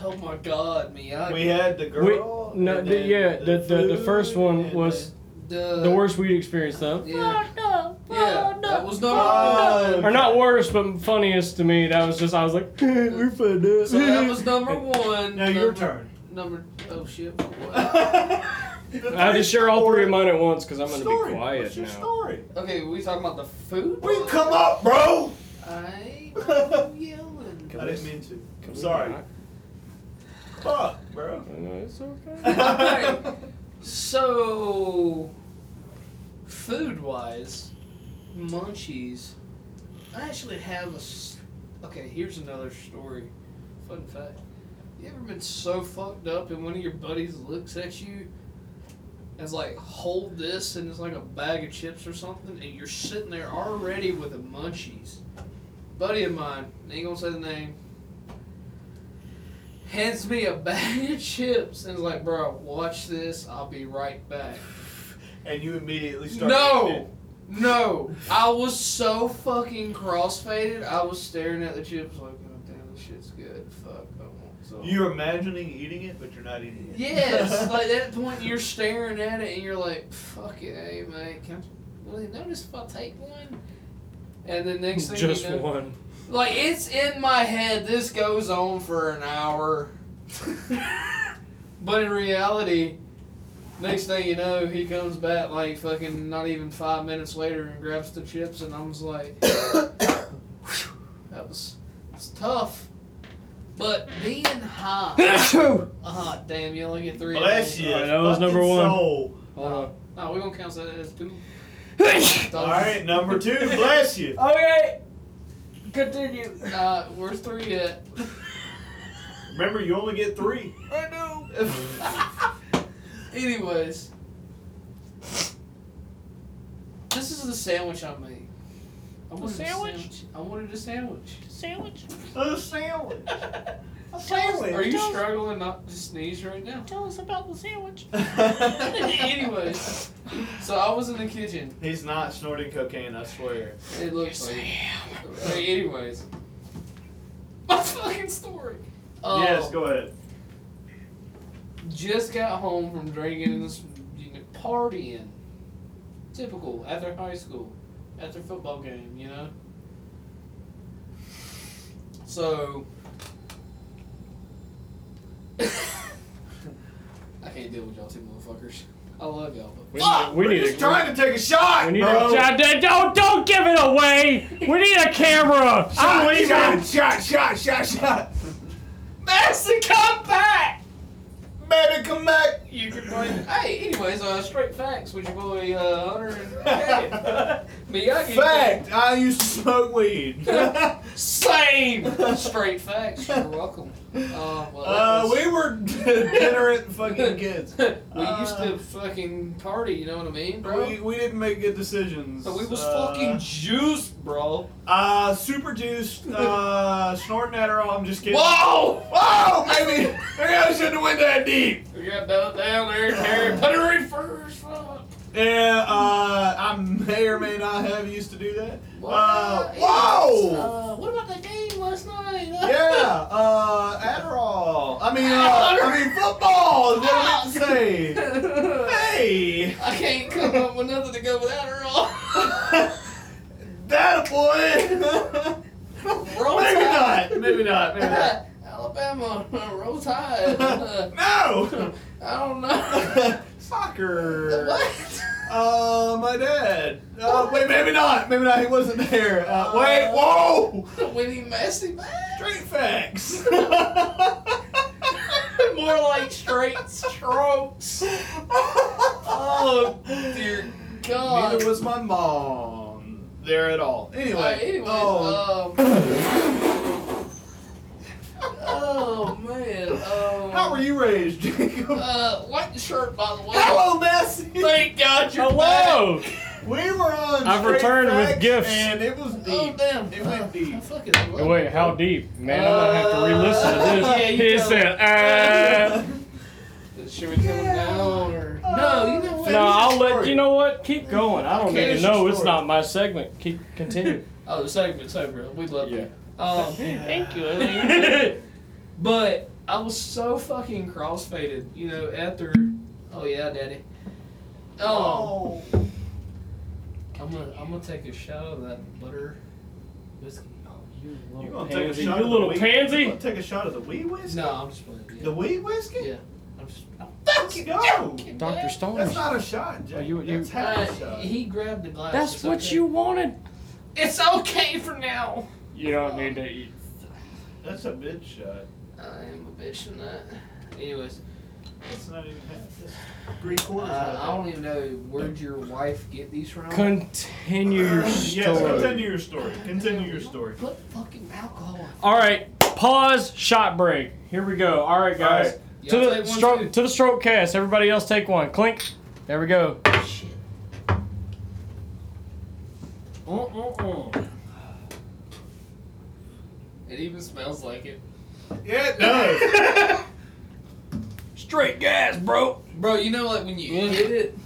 Speaker 3: Oh my god, me. I,
Speaker 2: We had the girl.
Speaker 1: We- no,
Speaker 2: and
Speaker 1: the-
Speaker 2: then
Speaker 1: yeah, the- the- the
Speaker 2: food,
Speaker 1: first one
Speaker 2: and
Speaker 1: was-
Speaker 3: the,
Speaker 1: The worst weed experience, though.
Speaker 3: Yeah.
Speaker 4: no,
Speaker 3: Yeah, that was
Speaker 2: then-
Speaker 3: number one.
Speaker 1: Or not worst, but funniest to me. That was just I was like, we found out.
Speaker 3: So that was number one.
Speaker 2: Now your
Speaker 3: Number-
Speaker 2: turn.
Speaker 3: Number. Oh shit. what?
Speaker 1: I had
Speaker 2: I
Speaker 1: to share all three of mine at once because I'm gonna
Speaker 2: Story.
Speaker 1: be quiet
Speaker 2: What's your
Speaker 1: now.
Speaker 2: story?
Speaker 3: okay, we talking about the food?
Speaker 2: We come up, bro.
Speaker 3: I yelling.
Speaker 1: Can
Speaker 2: I
Speaker 1: we-
Speaker 2: didn't mean to.
Speaker 1: can
Speaker 2: I'm
Speaker 1: we
Speaker 2: sorry.
Speaker 1: not?
Speaker 2: Fuck, bro.
Speaker 1: No, it's okay.
Speaker 3: Alright. So, food wise, munchies. I actually have a. s- Okay, here's another story. Fun fact. You ever been so fucked up and one of your buddies looks at you and is like, hold this, and it's like a bag of chips or something, and you're sitting there already with the munchies? Buddy of mine, ain't gonna say the name, hands me a bag of chips and is like, bro, watch this, I'll be right back.
Speaker 2: And you immediately start. eating it.
Speaker 3: No! No! I was so fucking crossfaded, I was staring at the chips like, oh damn, this shit's good. Fuck, I want some.
Speaker 2: You're imagining eating it, but you're not eating it.
Speaker 3: Yes, like at that point you're staring at it and you're like, "Fuck it, hey mate, can I, will they notice if I take one?" And the next thing
Speaker 1: Just
Speaker 3: you know,
Speaker 1: one.
Speaker 3: like it's in my head. This goes on for an hour, but in reality, next thing you know, he comes back like fucking not even five minutes later and grabs the chips, and I was like, that was it's tough. But being high,
Speaker 1: Hold
Speaker 3: ah, damn, you only get three. of
Speaker 2: Bless
Speaker 3: those.
Speaker 2: you.
Speaker 1: Alright, that was number
Speaker 2: fucking
Speaker 1: one.
Speaker 2: soul.
Speaker 1: on.
Speaker 3: No, we're gonna count that as two.
Speaker 1: okay,
Speaker 2: All right, number two. Bless you.
Speaker 1: continue.
Speaker 3: Uh, we're three yet.
Speaker 2: Remember, you only get three.
Speaker 3: I know. Anyways, this is the sandwich I made. I wanted
Speaker 4: sandwich?
Speaker 3: I wanted a sandwich.
Speaker 4: Sandwich?
Speaker 2: A sandwich. A sandwich.
Speaker 3: Are you struggling not to sneeze right now? Tell us about the sandwich. Anyways, so I was in the kitchen.
Speaker 2: He's not snorting cocaine, I swear.
Speaker 3: It looks like. Like, anyways, my fucking story. Oh,
Speaker 2: yes, go ahead.
Speaker 3: just got home from drinking and this, you know, partying. Typical after high school, after football game, you know. So I can't deal with y'all two motherfuckers. I love y'all,
Speaker 1: We
Speaker 3: but
Speaker 1: need, we
Speaker 2: We're
Speaker 1: need
Speaker 2: just
Speaker 1: a
Speaker 2: trying to take a shot,
Speaker 1: we need
Speaker 2: bro.
Speaker 1: a shot. Don't don't give it away. We need a camera. I'm
Speaker 2: Shot,
Speaker 1: leaving.
Speaker 2: shot, shot, shot, shot, shot.
Speaker 3: Master, come back!
Speaker 2: Baby, come back.
Speaker 3: You can blame. Hey, anyways, uh, straight facts with your boy uh, Hunter and Kevin. Miyagi.
Speaker 2: Fact, I used to smoke weed. uh,
Speaker 3: Same. Straight facts. You're welcome. Uh, well, that was-
Speaker 2: we were degenerate fucking kids.
Speaker 3: we used
Speaker 2: Uh,
Speaker 3: to fucking party. You know what I mean, bro?
Speaker 2: We, we didn't make good decisions.
Speaker 3: But we was
Speaker 2: Uh,
Speaker 3: fucking juiced, bro.
Speaker 2: Uh, super juiced, uh, snorting Adderall. I'm just kidding.
Speaker 3: Whoa!
Speaker 2: Whoa, maybe, maybe I shouldn't have went that deep.
Speaker 3: We got down, down there, Terry. Put her in first. Fuck.
Speaker 2: Yeah, uh, I may or may not have used to do that.
Speaker 3: What?
Speaker 2: Uh, whoa!
Speaker 3: Uh, what about the game last night?
Speaker 2: Yeah, uh, Adderall. I mean, uh, I mean, football is what I meant to say. Hey!
Speaker 3: I can't come up with nothing to go with Adderall.
Speaker 2: that boy!
Speaker 3: Roll
Speaker 2: maybe
Speaker 3: Tide.
Speaker 2: not, maybe not, maybe not.
Speaker 3: Alabama, roll tide. Uh,
Speaker 2: no!
Speaker 3: I don't know.
Speaker 2: Soccer.
Speaker 3: what?
Speaker 2: Uh, my dad. Uh, wait, maybe not. Maybe not. He wasn't there. Uh, wait, whoa!
Speaker 3: Winnie Massey back?
Speaker 2: Straight facts.
Speaker 3: More like straight strokes.
Speaker 2: oh,
Speaker 3: Dear
Speaker 2: Neither
Speaker 3: God.
Speaker 2: was my mom there at all. Anyway.
Speaker 3: Uh, anyways, uh,
Speaker 2: oh.
Speaker 3: um, oh man. Um,
Speaker 2: how were you raised, Jacob?
Speaker 3: Uh, white shirt, by the way.
Speaker 2: Hello, Messi.
Speaker 3: Thank God you're back.
Speaker 1: Hello.
Speaker 2: We were on.
Speaker 1: I've
Speaker 2: Straight
Speaker 1: returned with
Speaker 2: Facts,
Speaker 1: gifts.
Speaker 2: and it was
Speaker 3: Oh
Speaker 2: deep.
Speaker 3: damn!
Speaker 2: It went deep.
Speaker 3: I fucking love
Speaker 1: Wait,
Speaker 3: it.
Speaker 1: how deep, man? I'm gonna have to re-listen to this.
Speaker 3: Uh, yeah, you
Speaker 1: he "Uh,
Speaker 3: tell
Speaker 1: said,
Speaker 3: Should we tell him now or?
Speaker 2: No, you know
Speaker 1: uh,
Speaker 2: what?
Speaker 1: "No, I'll let
Speaker 2: Story.
Speaker 1: you know what. Keep going. I don't
Speaker 3: Okay,
Speaker 1: need
Speaker 3: it's
Speaker 1: to
Speaker 3: your
Speaker 1: know. It's
Speaker 2: story.
Speaker 1: not my segment. Keep continue."
Speaker 3: Oh, the segment's over. We love
Speaker 1: Yeah.
Speaker 3: you. Um, thank you. Ellie. but I was so fucking crossfaded, you know. After, oh yeah, daddy. Oh,
Speaker 2: Oh.
Speaker 3: I'm gonna I'm gonna take a shot of that butter whiskey. Oh,
Speaker 2: You
Speaker 1: you
Speaker 2: gonna take a
Speaker 1: pansy,
Speaker 2: shot
Speaker 1: you
Speaker 2: of the
Speaker 1: little
Speaker 2: wheat-
Speaker 1: pansy.
Speaker 2: You gonna take a shot of the wee whiskey?
Speaker 3: No, I'm just playing. Yeah,
Speaker 2: The wee whiskey?
Speaker 3: yeah. I'm just. I'm
Speaker 2: Let's go.
Speaker 3: fucking
Speaker 1: Doctor
Speaker 3: mad.
Speaker 1: Stone.
Speaker 2: That's not a shot, Jake.
Speaker 1: Oh, you- you-
Speaker 2: That's half a
Speaker 3: Uh,
Speaker 2: shot.
Speaker 3: he grabbed the glass.
Speaker 1: That's
Speaker 3: It's
Speaker 1: what
Speaker 3: okay.
Speaker 1: you wanted.
Speaker 3: It's okay for now.
Speaker 1: You don't need to eat.
Speaker 2: That's a mid shot.
Speaker 3: I am Uh, a bitch in that. Anyways,
Speaker 2: That's not even half. That's three quarters.
Speaker 3: uh,
Speaker 2: of
Speaker 3: I don't even know where'd your wife get these from.
Speaker 1: Continue your
Speaker 2: it. Yes,
Speaker 1: story.
Speaker 2: continue your story. Continue your story.
Speaker 3: Put fucking alcohol.
Speaker 1: All right, pause. Shot break. Here we go. All right, guys.
Speaker 2: All right.
Speaker 3: Yeah,
Speaker 1: To
Speaker 3: I'll
Speaker 1: the
Speaker 3: take one, too.
Speaker 1: stroke. To the stroke cast. Everybody else take one. Clink. There we go.
Speaker 3: Shit. Uh-uh. It even smells like it.
Speaker 2: Yeah, it does.
Speaker 1: Straight gas, bro.
Speaker 3: Bro, you know like when you
Speaker 1: Yeah.
Speaker 3: hit it.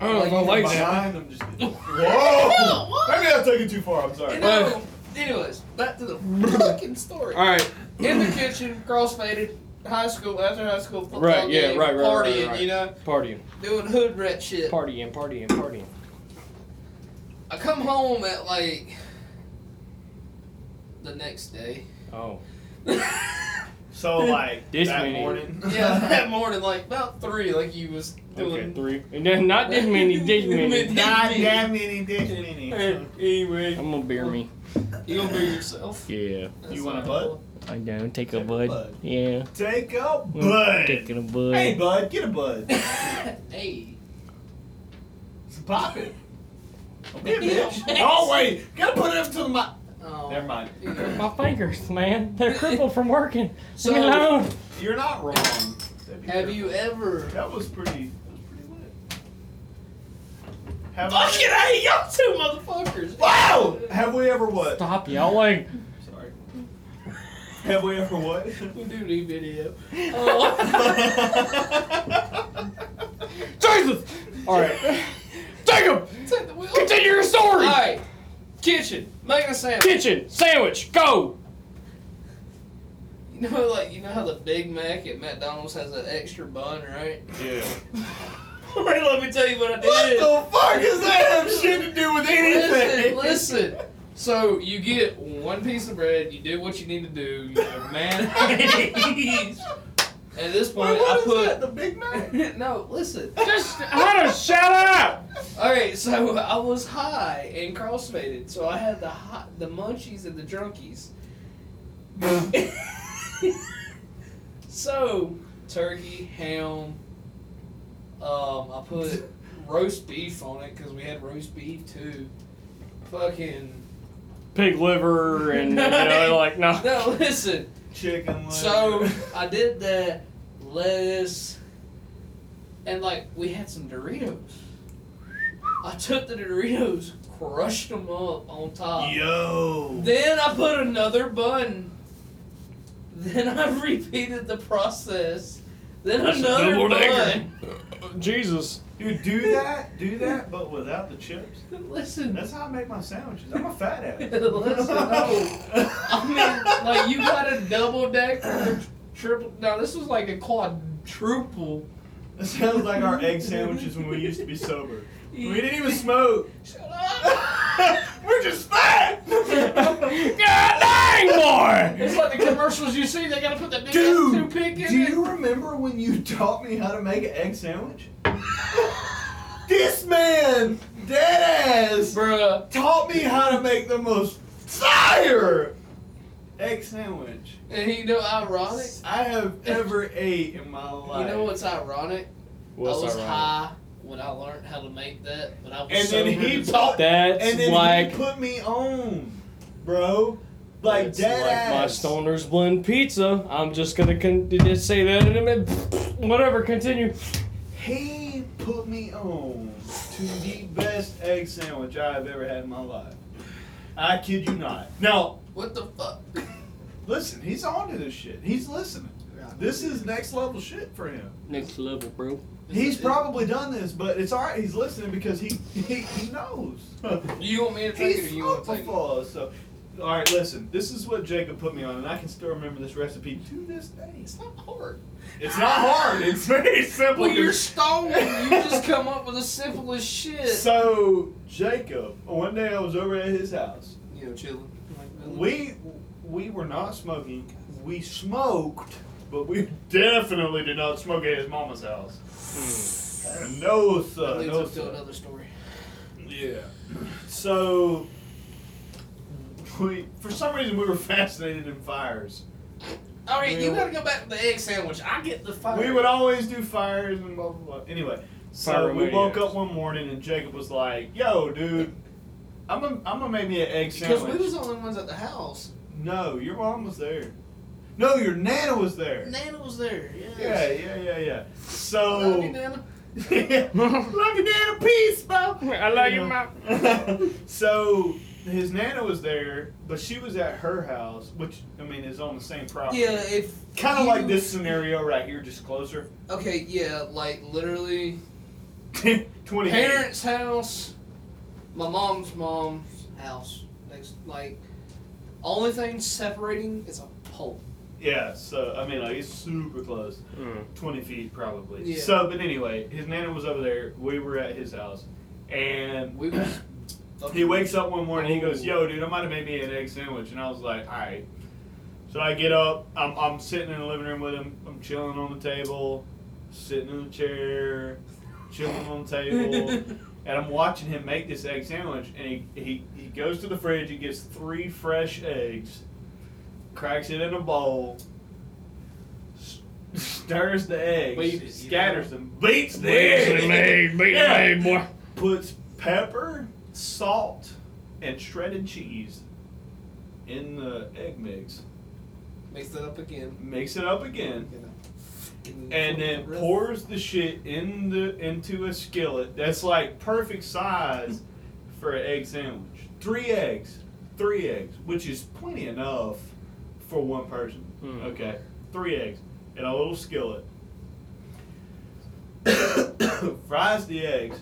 Speaker 1: I don't know if I
Speaker 2: From
Speaker 1: like that.
Speaker 2: behind, I'm just. Whoa! Maybe I took it too far. I'm sorry.
Speaker 3: You know. Anyways, back to the fucking story.
Speaker 1: All right.
Speaker 3: In the kitchen, crossfaded, high school after high school football
Speaker 1: Right, yeah,
Speaker 3: game,
Speaker 1: right, right, right,
Speaker 3: partying,
Speaker 1: right.
Speaker 3: you know,
Speaker 1: Partying.
Speaker 3: doing hood rat shit.
Speaker 1: Partying. Partying. Partying.
Speaker 3: I come home at like the next day.
Speaker 1: Oh.
Speaker 2: So like
Speaker 1: This
Speaker 2: that
Speaker 1: meeting.
Speaker 2: morning.
Speaker 3: Yeah, that morning, like about three, like you was
Speaker 1: Okay.
Speaker 3: doing.
Speaker 1: Three. And then not this many. This many.
Speaker 2: God damn many dick many.
Speaker 3: anyway,
Speaker 1: I'm gonna beer me.
Speaker 3: you gonna be yourself.
Speaker 1: Yeah.
Speaker 3: That's
Speaker 2: You want a
Speaker 3: not
Speaker 2: bud?
Speaker 3: cool.
Speaker 1: I don't take
Speaker 2: a
Speaker 1: a bud.
Speaker 2: bud.
Speaker 1: Yeah.
Speaker 2: Take a
Speaker 1: I'm
Speaker 2: bud.
Speaker 1: Taking a bud.
Speaker 2: Hey bud, get a bud.
Speaker 3: hey,
Speaker 2: Pop it. Yeah,
Speaker 3: Yeah,
Speaker 2: bitch.
Speaker 3: bitch.
Speaker 2: Oh wait, gotta put it up to the mic.
Speaker 3: um,
Speaker 2: Never mind.
Speaker 3: yeah.
Speaker 1: My fingers, man. They're crippled from working.
Speaker 3: So,
Speaker 1: Leave me alone.
Speaker 2: You're not wrong. That'd be
Speaker 3: have
Speaker 2: terrible.
Speaker 3: you e- ever?
Speaker 2: That was pretty. That was pretty lit. Have
Speaker 3: Fucking
Speaker 2: we,
Speaker 3: hey, y'all two motherfuckers!
Speaker 2: wow! Have we ever what?
Speaker 1: Stop yelling.
Speaker 2: Sorry. Have we ever what?
Speaker 3: We do need video. Oh.
Speaker 1: Jesus! All right, Jacob,
Speaker 3: Take the wheel.
Speaker 1: continue your story.
Speaker 3: Alright. Kitchen. Making a sandwich.
Speaker 1: Kitchen sandwich, go.
Speaker 3: You know like you know how the Big Mac at McDonald's has that extra bun, right?
Speaker 2: Yeah.
Speaker 3: Wait, let me tell you what I did.
Speaker 2: What the fuck does that have shit to do with anything?
Speaker 3: Listen, listen. So you get one piece of bread. You do what you need to do. You have mayonnaise. At this
Speaker 2: Wait,
Speaker 3: point,
Speaker 2: what
Speaker 3: I
Speaker 2: is that? The
Speaker 3: put.
Speaker 2: Big Mac?
Speaker 3: no, listen.
Speaker 1: Just how to shut up.
Speaker 3: All right, so I was high and crossfaded, so I had the hot, the munchies and the drunkies. so turkey, ham. Um, I put roast beef on it because we had roast beef too. Fucking
Speaker 1: Pig liver and you know, like no.
Speaker 3: no, listen.
Speaker 2: Chicken leg.
Speaker 3: So I did the lettuce, and like we had some Doritos. I took the Doritos, crushed them up on top.
Speaker 2: Yo.
Speaker 3: Then I put another bun. Then I repeated the process. Then
Speaker 1: That's a
Speaker 3: another
Speaker 1: double
Speaker 3: bun.
Speaker 1: Jesus.
Speaker 2: Dude, do that, do that, but without the chips.
Speaker 3: Listen,
Speaker 2: That's how I make my sandwiches. I'm a fat ass.
Speaker 3: Listen, no. I mean, like you got a double deck or triple. No, this was like a quadruple.
Speaker 2: It sounds like our egg sandwiches when we used to be sober. We didn't even smoke.
Speaker 3: Shut up.
Speaker 2: We're just fat.
Speaker 1: God dang, boy!
Speaker 3: It's like the commercials you see. They gotta put that big
Speaker 2: Dude,
Speaker 3: ass toothpick in
Speaker 2: do
Speaker 3: it.
Speaker 2: you remember when you taught me how to make an egg sandwich? this man, dead ass,
Speaker 3: Bruh,
Speaker 2: taught me how to make the most fire egg sandwich
Speaker 3: and you know ironic.
Speaker 2: I have ever ate in my
Speaker 3: You
Speaker 2: life.
Speaker 3: know what's ironic? I was high when I learned how to make that, but I was
Speaker 2: And then
Speaker 3: sober
Speaker 2: he
Speaker 3: to
Speaker 2: taught-
Speaker 1: That's
Speaker 2: and then
Speaker 1: like
Speaker 2: he put me on, bro. Like
Speaker 1: It's
Speaker 2: dead
Speaker 1: like my
Speaker 2: ass.
Speaker 1: stoners blend pizza. I'm just gonna con- just say that in a minute. Whatever, continue.
Speaker 2: He put me on to the best egg sandwich I have ever had in my life. I kid you not. Now,
Speaker 3: What the fuck?
Speaker 2: listen, he's on to this shit. He's listening. This is next level shit for him.
Speaker 1: Next level, bro.
Speaker 2: He's probably done this, but it's alright. He's listening because he he, he knows.
Speaker 3: You want me to take it or
Speaker 2: He's
Speaker 3: you want to
Speaker 2: smoked
Speaker 3: take it?
Speaker 2: before, so. Alright, listen. This is what Jacob put me on, and I can still remember this recipe to this day.
Speaker 3: It's not hard.
Speaker 2: It's not hard. It's very simple.
Speaker 3: Well, you're stoned. You just come up with the simplest shit.
Speaker 2: So Jacob, one day I was over at his house.
Speaker 3: you know, chilling. Mm-hmm.
Speaker 2: We we were not smoking. We smoked, but we definitely did not smoke at his mama's house. No
Speaker 3: Hmm. that
Speaker 2: sir,
Speaker 3: leads
Speaker 2: Uh, no
Speaker 3: up to
Speaker 2: sir.
Speaker 3: another story.
Speaker 2: Yeah. So we for some reason we were fascinated in fires.
Speaker 3: All right, you
Speaker 2: We-
Speaker 3: gotta go back to the egg sandwich. I get the fire.
Speaker 2: We would always do fires and blah blah blah. Anyway, so
Speaker 1: Fire
Speaker 2: we woke
Speaker 1: maniacs.
Speaker 2: up one morning and Jacob was like, "Yo, dude, I'm gonna I'm gonna make me an egg sandwich."
Speaker 3: because we was the only ones at the house.
Speaker 2: No, your mom was there. No, your nana was there.
Speaker 3: Nana was there. Yes.
Speaker 2: Yeah, Oh. yeah, yeah, yeah.
Speaker 3: Love you,
Speaker 2: So
Speaker 3: Nana.
Speaker 2: love your nana, peace, bro.
Speaker 1: I love you, Mom.
Speaker 2: so his nana was there, but she was at her house, which I mean is on the same property.
Speaker 3: Yeah, if
Speaker 2: Kind of
Speaker 3: you-
Speaker 2: like this scenario right here, just closer.
Speaker 3: Okay, yeah, like literally,
Speaker 2: Twenty.
Speaker 3: parents' house, my mom's mom's house. Next, like, only thing separating is a pole.
Speaker 2: Yeah, so I mean, like it's super close, twenty feet probably.
Speaker 3: Yeah.
Speaker 2: So, but anyway, his nana was over there. We were at his house, and
Speaker 3: We was.
Speaker 2: He wakes up one morning. He goes,
Speaker 3: Oh.
Speaker 2: "Yo, dude, I might have made me an egg sandwich," and I was like, "All right." So I get up. I'm, I'm sitting in the living room with him. I'm chilling on the table, sitting in the chair, chilling on the table, and I'm watching him make this egg sandwich. And he, he he goes to the fridge. He gets three fresh eggs, cracks it in a bowl, s- stirs the eggs,
Speaker 3: Beat it, you
Speaker 2: scatters
Speaker 3: know?
Speaker 2: them, beats the eggs
Speaker 1: Beat me,
Speaker 2: Yeah.
Speaker 1: me, boy.
Speaker 2: puts pepper, salt, and shredded cheese in the egg mix.
Speaker 3: Mix it up again.
Speaker 2: Makes it up again,
Speaker 3: You know.
Speaker 2: and then pours the shit in the into a skillet that's like perfect size for an egg sandwich. Three eggs, three eggs, which is plenty enough for one person.
Speaker 1: Mm.
Speaker 2: Okay, three eggs in a little skillet. Fries the eggs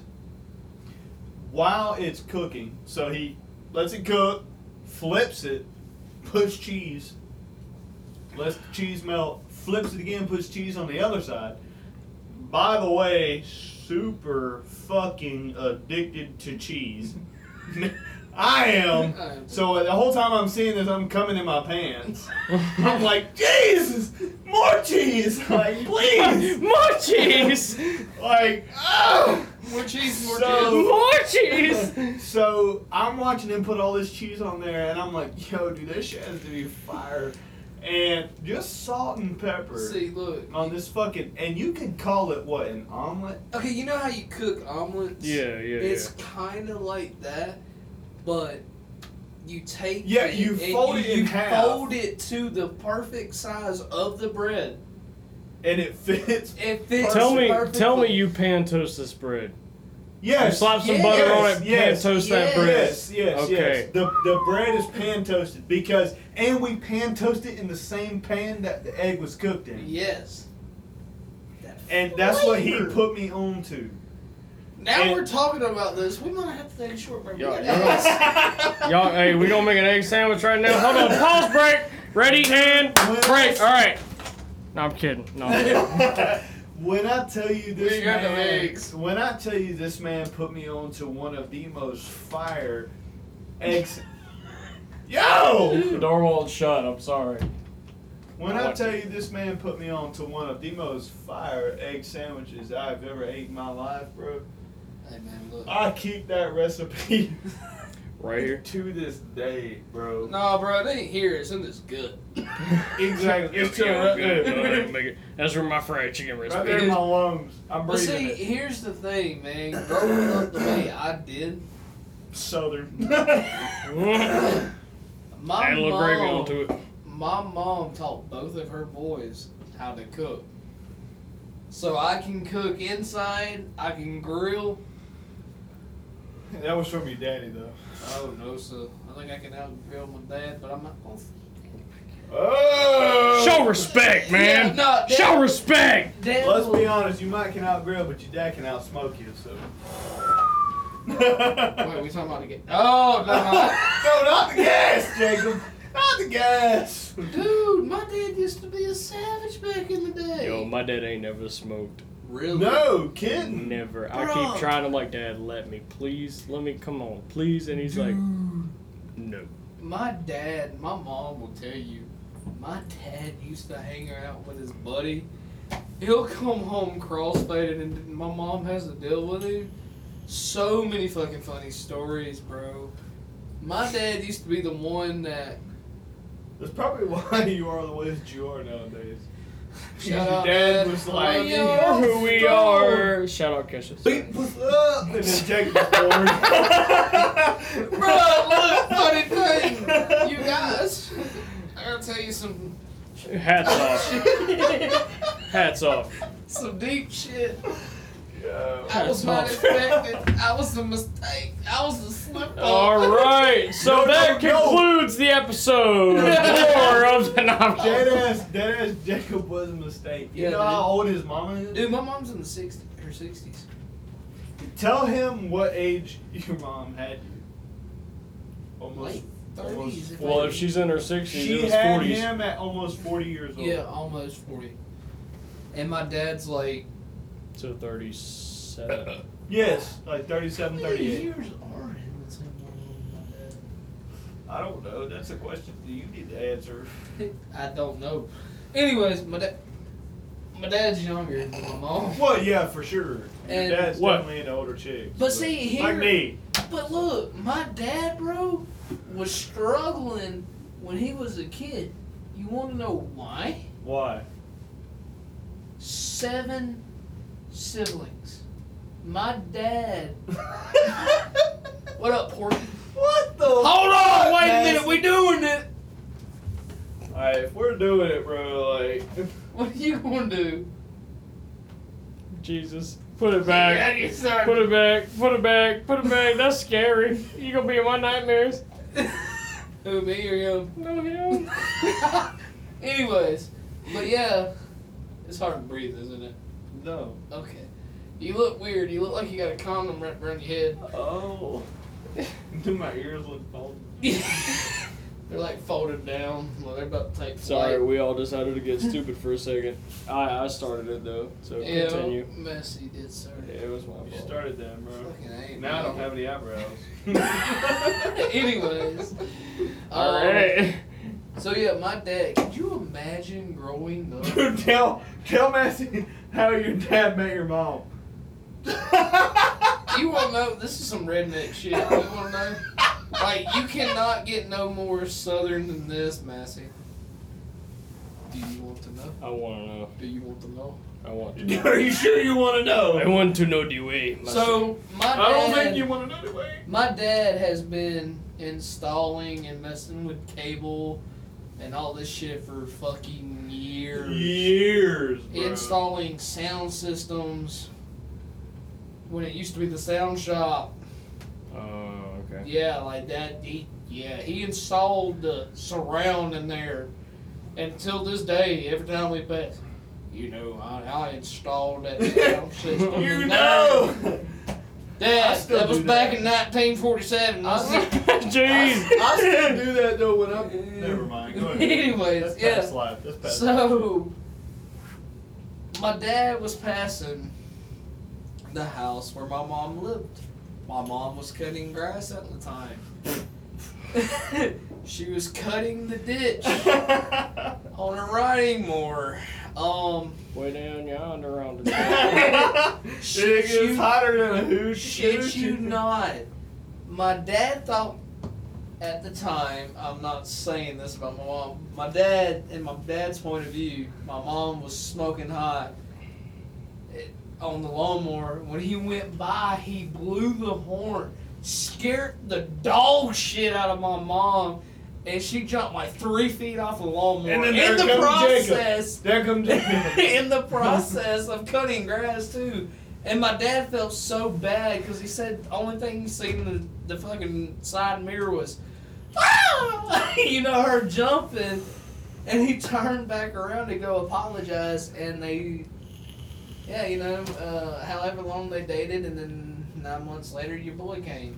Speaker 2: while it's cooking. So he lets it cook, flips it, puts cheese, lets the cheese melt, flips it again, puts cheese on the other side. By the way, super fucking addicted to cheese. I am. So uh, the whole time I'm seeing this, I'm coming in my pants. I'm like, Jesus, more cheese, like please,
Speaker 1: More cheese!
Speaker 2: like oh.
Speaker 3: More cheese, more
Speaker 2: So-
Speaker 1: More cheese!
Speaker 2: So I'm watching him put all this cheese on there, and I'm like, yo, dude, this shit has to be fire. And just salt and pepper
Speaker 3: cheese. See, look.
Speaker 2: on this fucking, and you could call it what an omelet.
Speaker 3: Okay, you know how you cook omelets?
Speaker 1: Yeah, yeah,
Speaker 3: It's kind of like that, but you take
Speaker 2: Yeah,
Speaker 3: it
Speaker 2: you
Speaker 3: and
Speaker 2: fold
Speaker 3: you,
Speaker 2: it in
Speaker 3: you
Speaker 2: half.
Speaker 3: fold it to the perfect size of the bread.
Speaker 2: and it fits.
Speaker 3: It fits
Speaker 1: Tell me,
Speaker 3: perfectly.
Speaker 1: tell me you pan toast this bread. You
Speaker 2: Yes,
Speaker 1: slap some
Speaker 3: yes,
Speaker 1: butter on it, pan
Speaker 2: yes,
Speaker 1: toast that
Speaker 3: yes.
Speaker 1: bread.
Speaker 2: Yes, yes, yes.
Speaker 1: Okay.
Speaker 2: The the bread is pan toasted because, and we pan toast it in the same pan that the egg was cooked in,
Speaker 3: Yes. That
Speaker 2: and that's what he
Speaker 3: flavor.
Speaker 2: put me on to.
Speaker 3: Now
Speaker 1: and-
Speaker 3: we're talking about this. We might have to take a short break.
Speaker 1: Y'all-
Speaker 3: We
Speaker 1: y'all-
Speaker 3: gotta-
Speaker 1: Y'all, hey, we gonna make an egg sandwich right now. Hold on, pause break. Ready and break. All right. No, I'm kidding. No. I'm kidding.
Speaker 2: when I tell you this
Speaker 3: We got the
Speaker 2: man,
Speaker 3: legs.
Speaker 2: when I tell you this man put me on to one of the most fire eggs.
Speaker 1: The
Speaker 2: Yo!
Speaker 1: door won't shut. I'm sorry.
Speaker 2: When I tell you this man put me on to one of the most fire egg sandwiches I've ever ate in my life, bro.
Speaker 3: Hey man, look.
Speaker 2: I keep that recipe
Speaker 1: Right here.
Speaker 2: to this day, bro.
Speaker 3: Nah, bro, it ain't here. It's in this gut.
Speaker 2: Exactly. It's still right there.
Speaker 1: uh, That's where my fried chicken
Speaker 2: Right
Speaker 1: recipe.
Speaker 2: there in my lungs. I'm
Speaker 3: But
Speaker 2: breathing
Speaker 3: see,
Speaker 2: it.
Speaker 3: here's the thing, man. Growing up the way I did,
Speaker 2: Southern.
Speaker 1: Add
Speaker 3: my
Speaker 1: a little
Speaker 3: mom,
Speaker 1: gravy onto it.
Speaker 3: my mom taught both of her boys how to cook. So I can cook inside. I can grill.
Speaker 2: that was from your daddy, though.
Speaker 3: Oh no, sir. I think I can out grill my dad, but I'm not gonna.
Speaker 2: Oh!
Speaker 1: Show respect,
Speaker 3: Yeah,
Speaker 1: man.
Speaker 3: no, Dad,
Speaker 1: Show respect.
Speaker 3: Dad
Speaker 2: Let's
Speaker 3: will-
Speaker 2: be honest, you might can outgrill, but your dad can outsmoke you, so.
Speaker 3: Wait, we talking about again? Oh no,
Speaker 2: no, not the gas, Jacob! Not the gas!
Speaker 3: no. dude, my dad used to be a savage back in the day.
Speaker 1: Yo, my dad ain't never smoked.
Speaker 3: really?
Speaker 2: No, kidding!
Speaker 1: Never. I
Speaker 3: Bruh.
Speaker 1: keep trying. I'm like, Dad, let me, please, let me, come on, please. And he's like,
Speaker 3: Dude.
Speaker 1: No.
Speaker 3: My dad, my mom will tell you, my dad used to hang out with his buddy. He'll come home crossfaded, and my mom has to deal with him. So many fucking funny stories, bro. My dad used to be the one that
Speaker 2: That's probably why you are the way that you are nowadays.
Speaker 3: Shut
Speaker 2: your
Speaker 3: up,
Speaker 2: dad
Speaker 3: Dad.
Speaker 2: was
Speaker 3: Oh,
Speaker 2: like,
Speaker 3: yeah.
Speaker 1: You're who we
Speaker 3: Yo.
Speaker 1: are. Shout out Kesha. Sorry.
Speaker 2: "Beat us up," and then Jacob was born.
Speaker 3: Bro, look, funny thing. You guys, I gotta tell you some
Speaker 1: Hats off. Hats off.
Speaker 3: some deep shit.
Speaker 2: Yo.
Speaker 3: I was not
Speaker 1: That's
Speaker 3: expected. I was a mistake. I was a slip up.
Speaker 1: All right, so
Speaker 2: No, no,
Speaker 1: that
Speaker 2: no.
Speaker 1: concludes the episode four of the
Speaker 2: Dead
Speaker 1: novel.
Speaker 2: ass, dead ass Jacob was a mistake. You
Speaker 3: Yeah,
Speaker 2: know
Speaker 3: dude.
Speaker 2: how old his mama is?
Speaker 3: Dude, my mom's in the 60s, her 60s.
Speaker 2: Tell him what age your mom had you. Almost.
Speaker 3: Late 30s.
Speaker 2: almost-
Speaker 3: if
Speaker 1: Well,
Speaker 3: I-
Speaker 1: if she's in her sixties, it
Speaker 2: She
Speaker 1: was
Speaker 2: had
Speaker 1: forties.
Speaker 2: him at almost 40 years old.
Speaker 3: Yeah, almost 40. And my dad's like,
Speaker 1: to 37.
Speaker 2: Yes, like 37,
Speaker 3: how many
Speaker 2: 38.
Speaker 3: years are in the same world as
Speaker 2: I don't know. That's a question that you need to answer.
Speaker 3: my dad? I don't know. Anyways, my dad. My dad's younger than my mom.
Speaker 2: Well, yeah, for sure.
Speaker 3: And-
Speaker 2: Your dad's
Speaker 1: What?
Speaker 2: definitely an older chick.
Speaker 3: But see, here-
Speaker 2: Like me.
Speaker 3: But look, my dad, bro, was struggling when he was a kid. You want to know why?
Speaker 2: Why?
Speaker 3: Seven siblings. My dad. What up, Porky?
Speaker 2: what the?
Speaker 3: Hold on, wait a
Speaker 2: man?
Speaker 3: minute, we doing it.
Speaker 2: Alright, if we're doing it, bro, like.
Speaker 3: What are you gonna do?
Speaker 1: Jesus, put it back.
Speaker 3: Yeah, sorry.
Speaker 1: Put it back. Put it back. Put it back. That's scary. You gonna be in my nightmares.
Speaker 3: Who, me or him?
Speaker 1: No, him.
Speaker 3: Anyways, but yeah, it's hard to breathe, isn't it?
Speaker 2: No.
Speaker 3: Okay. You look weird. You look like you got a condom wrapped around your head.
Speaker 2: Oh. Do my ears look bald?
Speaker 3: they're like folded down. Well, they're about to take
Speaker 1: Sorry,
Speaker 3: flight.
Speaker 1: we all decided to get stupid for a second. I I started it though, so
Speaker 3: Ew,
Speaker 1: continue.
Speaker 3: Messi did start
Speaker 1: Yeah,
Speaker 3: it.
Speaker 1: it was my
Speaker 2: You
Speaker 1: fault.
Speaker 2: started that, bro.
Speaker 3: Fucking A,
Speaker 2: Now I
Speaker 3: man.
Speaker 2: don't have any eyebrows.
Speaker 3: Anyways.
Speaker 1: All
Speaker 3: um,
Speaker 1: right.
Speaker 3: So yeah, my dad. Could you imagine growing up?
Speaker 2: Dude, tell tell Massey how your dad met your mom.
Speaker 3: you want to know? This is some redneck shit. You want to know? Like you cannot get no more southern than this, Massey. Do you want to know?
Speaker 1: I want to know.
Speaker 3: Do you want to know?
Speaker 1: I want to.
Speaker 2: Are you sure you want to
Speaker 1: I
Speaker 2: know?
Speaker 1: want to know the way.
Speaker 3: So my dad.
Speaker 2: I don't think you want to know anyway.
Speaker 3: My dad has been installing and messing with cable and all this shit for fucking years.
Speaker 2: Years, bro.
Speaker 3: Installing sound systems when it used to be the sound shop.
Speaker 1: Oh, okay.
Speaker 3: Yeah, like that. He, yeah, he installed the surround in there. Until this day, every time we pass, you know, I, I installed that sound system.
Speaker 2: you
Speaker 3: in
Speaker 2: know.
Speaker 3: there.
Speaker 2: I
Speaker 3: That,
Speaker 2: still
Speaker 3: that was
Speaker 2: do
Speaker 3: back
Speaker 2: that.
Speaker 3: in 1947.
Speaker 1: Jeez.
Speaker 2: I still do that though when I'm. Never mind. Go ahead.
Speaker 3: Anyways,
Speaker 2: That's
Speaker 3: yeah.
Speaker 2: past life. That's past
Speaker 3: So, my dad was passing the house where my mom lived. My mom was cutting grass at the time. she was cutting the ditch
Speaker 2: life.
Speaker 3: on her riding mower. Um,
Speaker 1: Way down yonder on the.
Speaker 2: it
Speaker 3: Shoot.
Speaker 2: gets hotter than a hooch.
Speaker 3: shit you not, my dad thought at the time. I'm not saying this about my mom. My dad, in my dad's point of view, my mom was smoking hot eh, on the lawnmower. When he went by, he blew the horn, scared the dog shit out of my mom. And she jumped like three feet off the lawnmower.
Speaker 2: And then
Speaker 3: in
Speaker 2: there
Speaker 3: the
Speaker 2: comes Jacob.
Speaker 3: process,
Speaker 2: There comes
Speaker 3: in the process of cutting grass too. And my dad felt so bad because he said the only thing he seen in the, the fucking side mirror was, "Ah!" you know, her jumping. And he turned back around to go apologize, and they, yeah, you know, uh, however long they dated, and then nine months later, your boy came.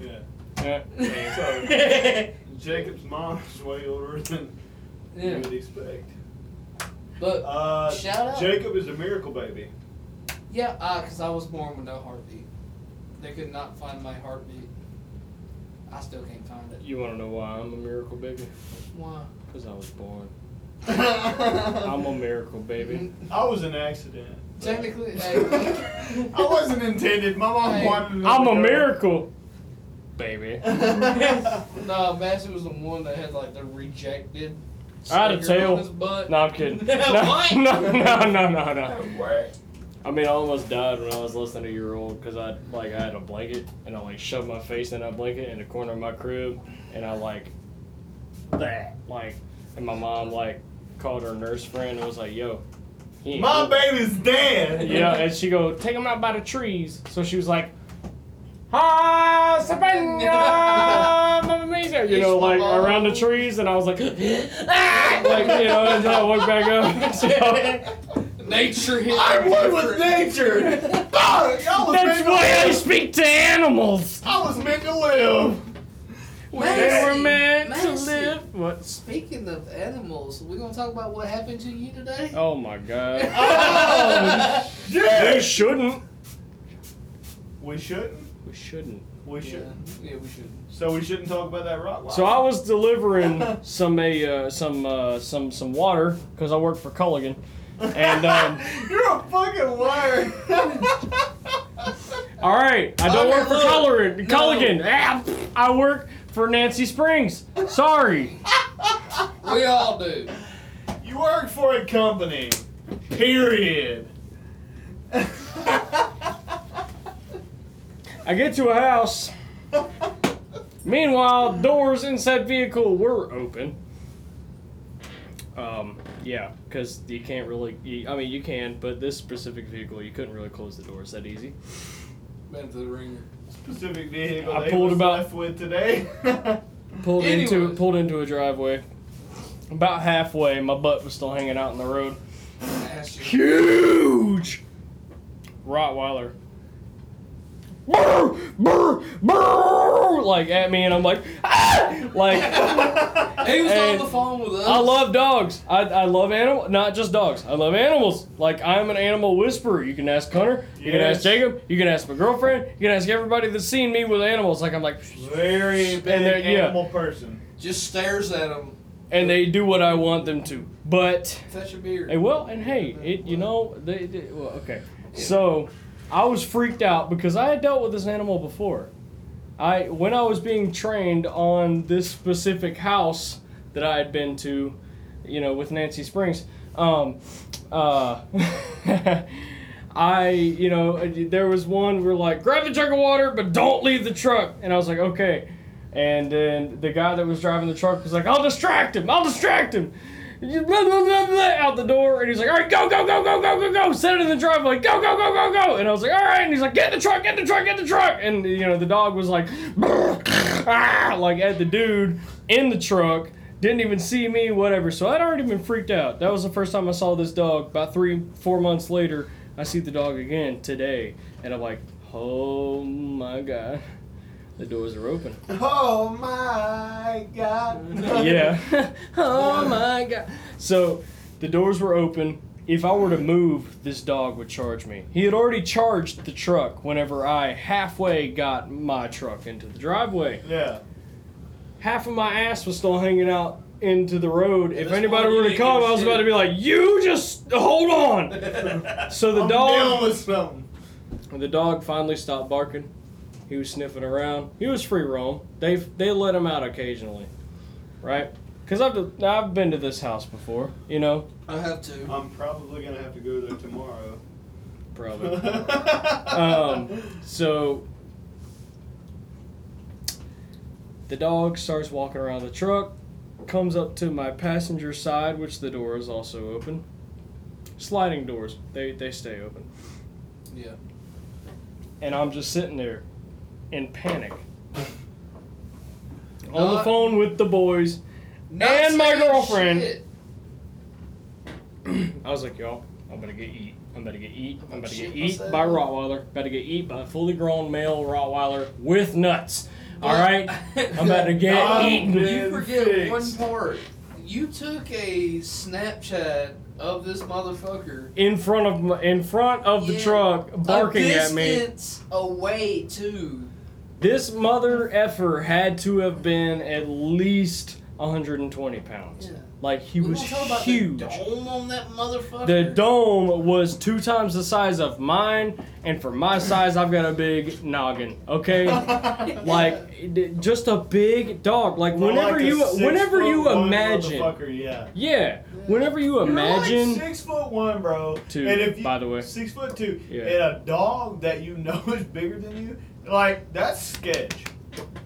Speaker 2: yeah.
Speaker 1: Yeah.
Speaker 3: yeah.
Speaker 2: Jacob's mom is way older than you would expect.
Speaker 3: But,
Speaker 2: Uh,
Speaker 3: Shout out.
Speaker 2: Jacob is a miracle baby.
Speaker 3: yeah, ah, 'cause I was born with no heartbeat. They could not find my heartbeat. I still can't find it.
Speaker 1: You want to know why I'm a miracle baby?
Speaker 3: Why?
Speaker 1: Because I was born. I'm
Speaker 2: I
Speaker 1: a miracle baby.
Speaker 2: was an accident.
Speaker 3: Technically, hey.
Speaker 2: I wasn't intended. My mom
Speaker 3: Hey.
Speaker 2: wanted. to
Speaker 1: I'm a
Speaker 2: know.
Speaker 1: miracle baby.
Speaker 3: no, Massey was the one that had like the rejected.
Speaker 1: I had a
Speaker 3: sticker
Speaker 1: tail.
Speaker 3: On his butt.
Speaker 1: No, I'm kidding. No,
Speaker 3: What?
Speaker 1: no, no, no, no, no.
Speaker 2: What?
Speaker 1: I mean, I almost died when I was less than a year old because I like I had a blanket and I like shoved my face in that blanket in the corner of my crib and I like that like and my mom like called her nurse friend and was like, "Yo, he ain't
Speaker 2: My
Speaker 1: cool."
Speaker 2: baby's dead.
Speaker 1: Yeah, and she go take him out by the trees. So she was like, "Ah, Sabina, Mamma Mia," you know, like around the trees, and I was like, like you know, and then I walked back up. So,
Speaker 3: Nature hit.
Speaker 2: I'm
Speaker 3: him
Speaker 2: one with nature.
Speaker 3: different.
Speaker 2: Fuck! I was meant
Speaker 1: That's
Speaker 2: to
Speaker 1: why I
Speaker 2: live.
Speaker 1: speak to animals.
Speaker 2: I was meant to live.
Speaker 1: They
Speaker 3: Massey,
Speaker 1: were meant to
Speaker 3: Massey.
Speaker 1: live. What?
Speaker 3: Speaking of animals, we're gonna talk about what happened to you today.
Speaker 1: Oh my god.
Speaker 2: Oh,
Speaker 1: we
Speaker 2: yeah.
Speaker 1: shouldn't.
Speaker 2: We shouldn't.
Speaker 1: We shouldn't.
Speaker 2: We
Speaker 3: yeah.
Speaker 2: should.
Speaker 3: yeah, we should.
Speaker 2: So we shouldn't talk about that rock.
Speaker 1: So I was delivering some a uh, some uh, some some water because I work for Culligan, and um,
Speaker 2: You're a fucking liar.
Speaker 1: All right, I don't
Speaker 3: Okay,
Speaker 1: work for
Speaker 3: look.
Speaker 1: Culligan.
Speaker 3: No.
Speaker 1: Culligan. Ah, pff, I work for Nancy Springs. Sorry.
Speaker 3: We all do.
Speaker 2: you work for a company. Period.
Speaker 1: I get to a house. Meanwhile, doors inside vehicle were open. Um, yeah, because you can't really. You, I mean, you can, but this specific vehicle, you couldn't really close the doors that easy.
Speaker 3: Went to the ringer.
Speaker 2: Specific vehicle
Speaker 1: I
Speaker 2: they
Speaker 1: pulled
Speaker 2: was
Speaker 1: about-
Speaker 2: left with today.
Speaker 1: pulled into
Speaker 3: Anyways.
Speaker 1: pulled into a driveway. About halfway, my butt was still hanging out in the road.
Speaker 3: Ass you.
Speaker 1: Huge Rottweiler. Brr, brr, brr, like at me, and I'm like, ah! like
Speaker 3: He was
Speaker 1: Hey,
Speaker 3: on the phone with us.
Speaker 1: I love dogs. I, I love animal, not just dogs. I love animals. Like I'm an animal whisperer. You can ask Hunter. You can
Speaker 2: Yes.
Speaker 1: ask Jacob. You can ask my girlfriend. You can ask everybody that's seen me with animals. Like I'm like,
Speaker 2: Very big
Speaker 1: there- yeah.
Speaker 2: animal person.
Speaker 3: Just stares at him.
Speaker 1: and they do what I want them to. But
Speaker 3: Fetch a beer.
Speaker 1: Hey, well, and hey, it you know they, they well, okay. So, I was freaked out because I had dealt with this animal before. I when I was being trained on this specific house that I had been to, you know, with Nancy Springs. Um, uh, I you know there was one where like grab the jug of water but don't leave the truck and I was like okay. And then the guy that was driving the truck was like, I'll distract him, I'll distract him. And just blah, blah, blah, blah, out the door, and he's like, all right, go, go, go, go, go, go, go. Set it in the driveway, go, go, go, go, go. And I was like, all right. And he's like, get in the truck, get in the truck, get in the truck. And, you know, the dog was like, ah, like at the dude in the truck, didn't even see me, whatever. So I'd already been freaked out. That was the first time I saw this dog. About three, four months later, I see the dog again today, and I'm like, oh my God, the doors are open.
Speaker 2: Oh my god.
Speaker 1: yeah. oh my god. So the doors were open. If I were to move, this dog would charge me. He had already charged the truck whenever I halfway got my truck into the driveway.
Speaker 2: Yeah.
Speaker 1: Half of my ass was still hanging out into the road. If
Speaker 3: this
Speaker 1: anybody
Speaker 3: point,
Speaker 1: were
Speaker 3: you
Speaker 1: to
Speaker 3: didn't
Speaker 1: come,
Speaker 3: give a
Speaker 1: I was about
Speaker 3: shit.
Speaker 1: to be like, "You just hold on." So the
Speaker 2: I'm
Speaker 1: dog
Speaker 2: down with something.
Speaker 1: when the dog finally stopped barking, he was sniffing around. He was free roam. They they let him out occasionally, right? Because I've I've been to this house before, you know,
Speaker 3: I have
Speaker 1: Uh.
Speaker 3: to.
Speaker 2: I'm probably gonna have to go there tomorrow.
Speaker 1: probably. um, so the dog starts walking around the truck, comes up to my passenger side, which the door is also open. Sliding doors, they they stay open.
Speaker 3: Yeah.
Speaker 1: and I'm just sitting there in panic. On the
Speaker 3: Not-
Speaker 1: phone with the boys.
Speaker 3: Not
Speaker 1: And my
Speaker 3: saying
Speaker 1: girlfriend.
Speaker 3: shit.
Speaker 1: I was like, y'all, I'm gonna get eat. I'm gonna get eat. I'm gonna
Speaker 3: Shit
Speaker 1: get eat
Speaker 3: myself.
Speaker 1: by Rottweiler. About to get eat by a fully grown male Rottweiler with nuts. All right, I'm about to get
Speaker 2: Not
Speaker 1: eaten.
Speaker 2: been
Speaker 3: You forget
Speaker 2: fixed.
Speaker 3: one part. You took a Snapchat of this motherfucker.
Speaker 1: In front of my, in front of the
Speaker 3: Yeah.
Speaker 1: truck, barking
Speaker 3: a
Speaker 1: at me.
Speaker 3: distance away too.
Speaker 1: This mother effer had to have been at least 120 pounds.
Speaker 3: Yeah.
Speaker 1: Like he
Speaker 3: we
Speaker 1: was
Speaker 3: gonna talk about
Speaker 1: huge.
Speaker 3: The dome on that motherfucker.
Speaker 1: The dome was two times the size of mine, and for my size, I've got a big noggin. Okay, like it- just a big dog. Like whenever you, whenever you imagine,
Speaker 2: Yeah.
Speaker 1: yeah, whenever you
Speaker 2: You're
Speaker 1: imagine,
Speaker 2: like six foot one, bro.
Speaker 1: Two,
Speaker 2: and if you,
Speaker 1: by the way.
Speaker 2: six foot two,
Speaker 1: Yeah.
Speaker 2: and a dog that you know is bigger than you, like that's sketch.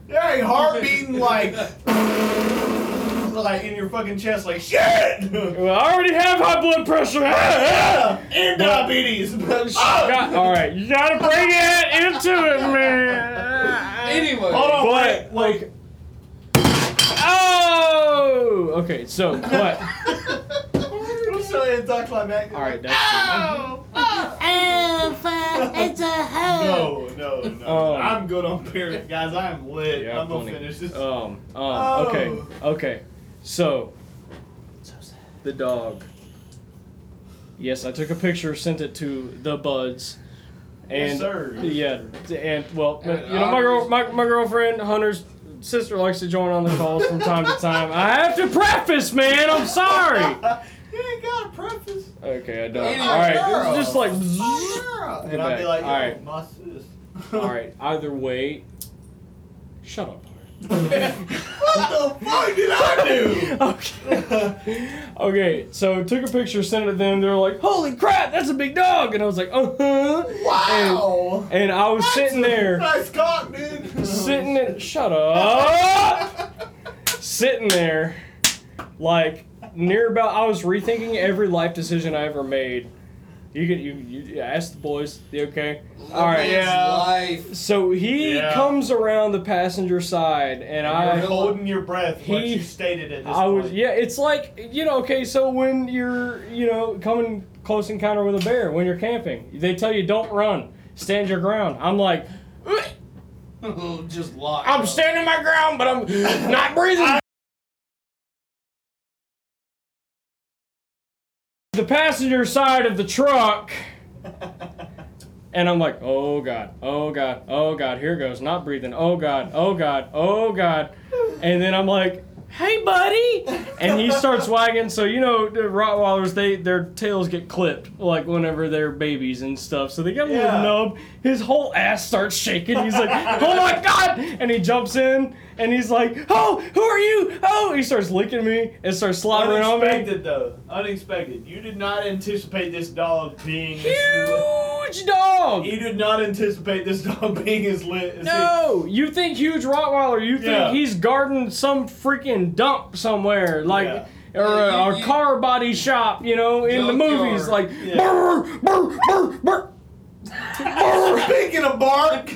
Speaker 2: There ain't heart beating like, like in your fucking chest, like shit.
Speaker 1: well, I already have high blood pressure.
Speaker 2: Yeah, and diabetes.
Speaker 1: oh, God, all right, you gotta bring it into it, man.
Speaker 3: Anyway.
Speaker 2: Hold on,
Speaker 1: but
Speaker 2: wait, wait.
Speaker 1: like, oh, okay. So what?
Speaker 2: I'm so anticlimactic.
Speaker 1: All right, that's it.
Speaker 4: Alpha is a hoe.
Speaker 2: No, no, no.
Speaker 1: Um,
Speaker 2: I'm good on parent, guys. I'm lit.
Speaker 1: Yeah,
Speaker 2: I'm gonna
Speaker 1: plenty.
Speaker 2: finish this.
Speaker 1: Um, um,
Speaker 2: Oh.
Speaker 1: okay, okay. So, the dog. Yes, I took a picture, sent it to the buds. And
Speaker 2: Yes, sir.
Speaker 1: yeah, and well,
Speaker 3: And
Speaker 1: you know, my girl,
Speaker 3: ours.
Speaker 1: my, my girlfriend Hunter's sister likes to join on the calls from time to time. I have to preface, man. I'm sorry.
Speaker 2: you ain't got a preface.
Speaker 1: Okay, I don't.
Speaker 3: Idiot
Speaker 1: All right,
Speaker 3: girl.
Speaker 1: it's just like.
Speaker 2: Oh, yeah.
Speaker 1: Get
Speaker 2: And I'd be
Speaker 1: back.
Speaker 2: like,
Speaker 1: All right.
Speaker 2: Yo, my sis.
Speaker 1: All right. Either way, shut up. Hunter.
Speaker 2: what the fuck did I
Speaker 1: Okay.
Speaker 2: do?
Speaker 1: Okay, so took a picture, sent it to them. They're like, "Holy crap, that's a big dog!" And I was like, "Uh huh."
Speaker 2: wow.
Speaker 1: And, and I was sitting there,
Speaker 2: Nice cock, dude.
Speaker 1: sitting there. Shut up. sitting there, like near about. I was rethinking every life decision I ever made, You can you, you ask the boys. You okay?
Speaker 3: Living
Speaker 1: All right.
Speaker 3: his
Speaker 2: Yeah.
Speaker 3: Life.
Speaker 1: So he
Speaker 2: Yeah.
Speaker 1: comes around the passenger side, and
Speaker 2: You're
Speaker 1: I
Speaker 2: holding your breath. what
Speaker 1: He-
Speaker 2: you stated at this
Speaker 1: I was
Speaker 2: point.
Speaker 1: yeah. It's like you know. Okay, so when you're you know coming close encounter with a bear when you're camping, they tell you don't run, stand your ground. I'm like,
Speaker 3: Just locked.
Speaker 1: I'm
Speaker 3: up.
Speaker 1: standing my ground, but I'm not breathing. the passenger side of the truck, and I'm like, oh god, oh god, oh god, here goes, not breathing, oh god, oh god, oh god, and then I'm like, hey buddy, and he starts wagging. So you know, the Rottweilers, they their tails get clipped like whenever they're babies and stuff, so they get a
Speaker 2: Yeah.
Speaker 1: little nub. His whole ass starts shaking. He's like, oh my god, and he jumps in. And he's like, "Oh, who are you? Oh!" He starts licking me and starts slobbering on me.
Speaker 2: Unexpected though. Unexpected. You did not anticipate this dog being. As
Speaker 1: huge dog.
Speaker 2: you did not anticipate this dog being as lit as
Speaker 1: No, you think huge Rottweiler? You think
Speaker 2: Yeah.
Speaker 1: he's guarding some freaking dump somewhere, like
Speaker 2: Yeah.
Speaker 1: or a,
Speaker 3: Yeah, you-
Speaker 1: a
Speaker 3: you-
Speaker 1: car body shop? You know, in the
Speaker 3: Junkyard.
Speaker 1: movies, like
Speaker 2: Yeah.
Speaker 1: "Brr, brr, brr, brr."
Speaker 2: he. Speaking of bark.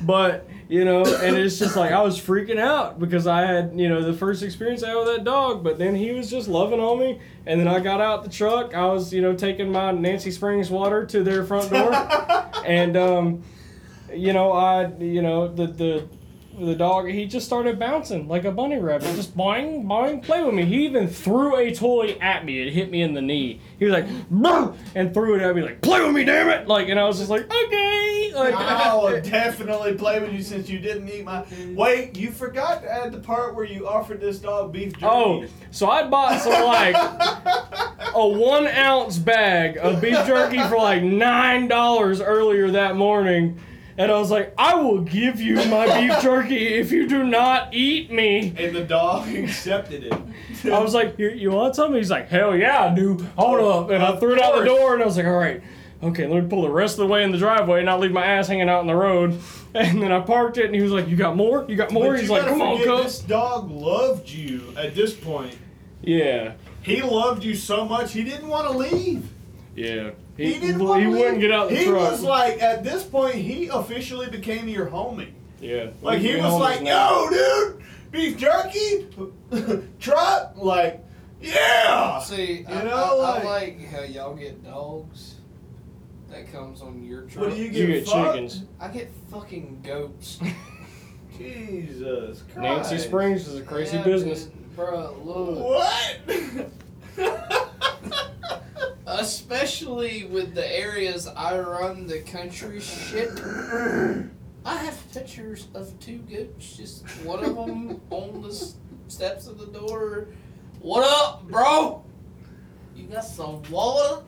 Speaker 1: but you know, and it's just like I was freaking out because I had you know the first experience I had with that dog, but then he was just loving on me, and then I got out the truck. I was you know taking my Nancy Springs water to their front door. and um, you know, I you know the the the dog he just started bouncing like a bunny rabbit, just boing boing, play with me. He even threw a toy at me. It hit me in the knee. He was like, "Brr," and threw it at me like, play with me, damn it! Like, and I was just like, okay, like.
Speaker 2: I will definitely play with you since you didn't eat my. Wait, you forgot to add the part where you offered this dog beef jerky.
Speaker 1: Oh, so I bought some like a one ounce bag of beef jerky for like nine dollars earlier that morning, and I was like, I will give you my beef jerky if you do not eat me.
Speaker 2: And the dog accepted it.
Speaker 1: I was like, you, you want something? He's like, hell yeah, I do. Hold up. And I
Speaker 2: Of
Speaker 1: threw it out the
Speaker 2: course.
Speaker 1: door and I was like, all right, okay, let me pull the rest of the way in the driveway and not leave my ass hanging out in the road. And then I parked it and he was like, you got more? You got more?
Speaker 2: But
Speaker 1: He's
Speaker 2: you
Speaker 1: like,
Speaker 2: gotta
Speaker 1: come on,
Speaker 2: forget,
Speaker 1: cuz.
Speaker 2: This dog loved you at this point.
Speaker 1: Yeah,
Speaker 2: He loved you so much he didn't want to leave.
Speaker 1: yeah.
Speaker 2: He, didn't
Speaker 1: w-
Speaker 2: want
Speaker 1: He
Speaker 2: to leave.
Speaker 1: wouldn't get out the
Speaker 2: he
Speaker 1: truck.
Speaker 2: was like, at this point, he officially became your homie.
Speaker 1: Yeah.
Speaker 2: Like he
Speaker 1: We
Speaker 2: was
Speaker 1: own
Speaker 2: like,
Speaker 1: this now.
Speaker 2: yo, dude, beef jerky, truck, like, yeah.
Speaker 3: See,
Speaker 2: You
Speaker 3: I, I-
Speaker 2: know,
Speaker 3: I,
Speaker 2: like-
Speaker 3: like how y'all get dogs that comes on your truck.
Speaker 2: What do you get?
Speaker 1: You get
Speaker 2: fucked?
Speaker 1: chickens.
Speaker 3: I get fucking goats.
Speaker 2: Jesus Christ.
Speaker 1: Nancy Springs is a crazy
Speaker 3: Yeah,
Speaker 1: business.
Speaker 3: dude, Bro, look.
Speaker 2: What?
Speaker 3: Especially with the areas I run the country shit. I have pictures of two goats, just one of them on the s- steps of the door. What up, bro? You got some water?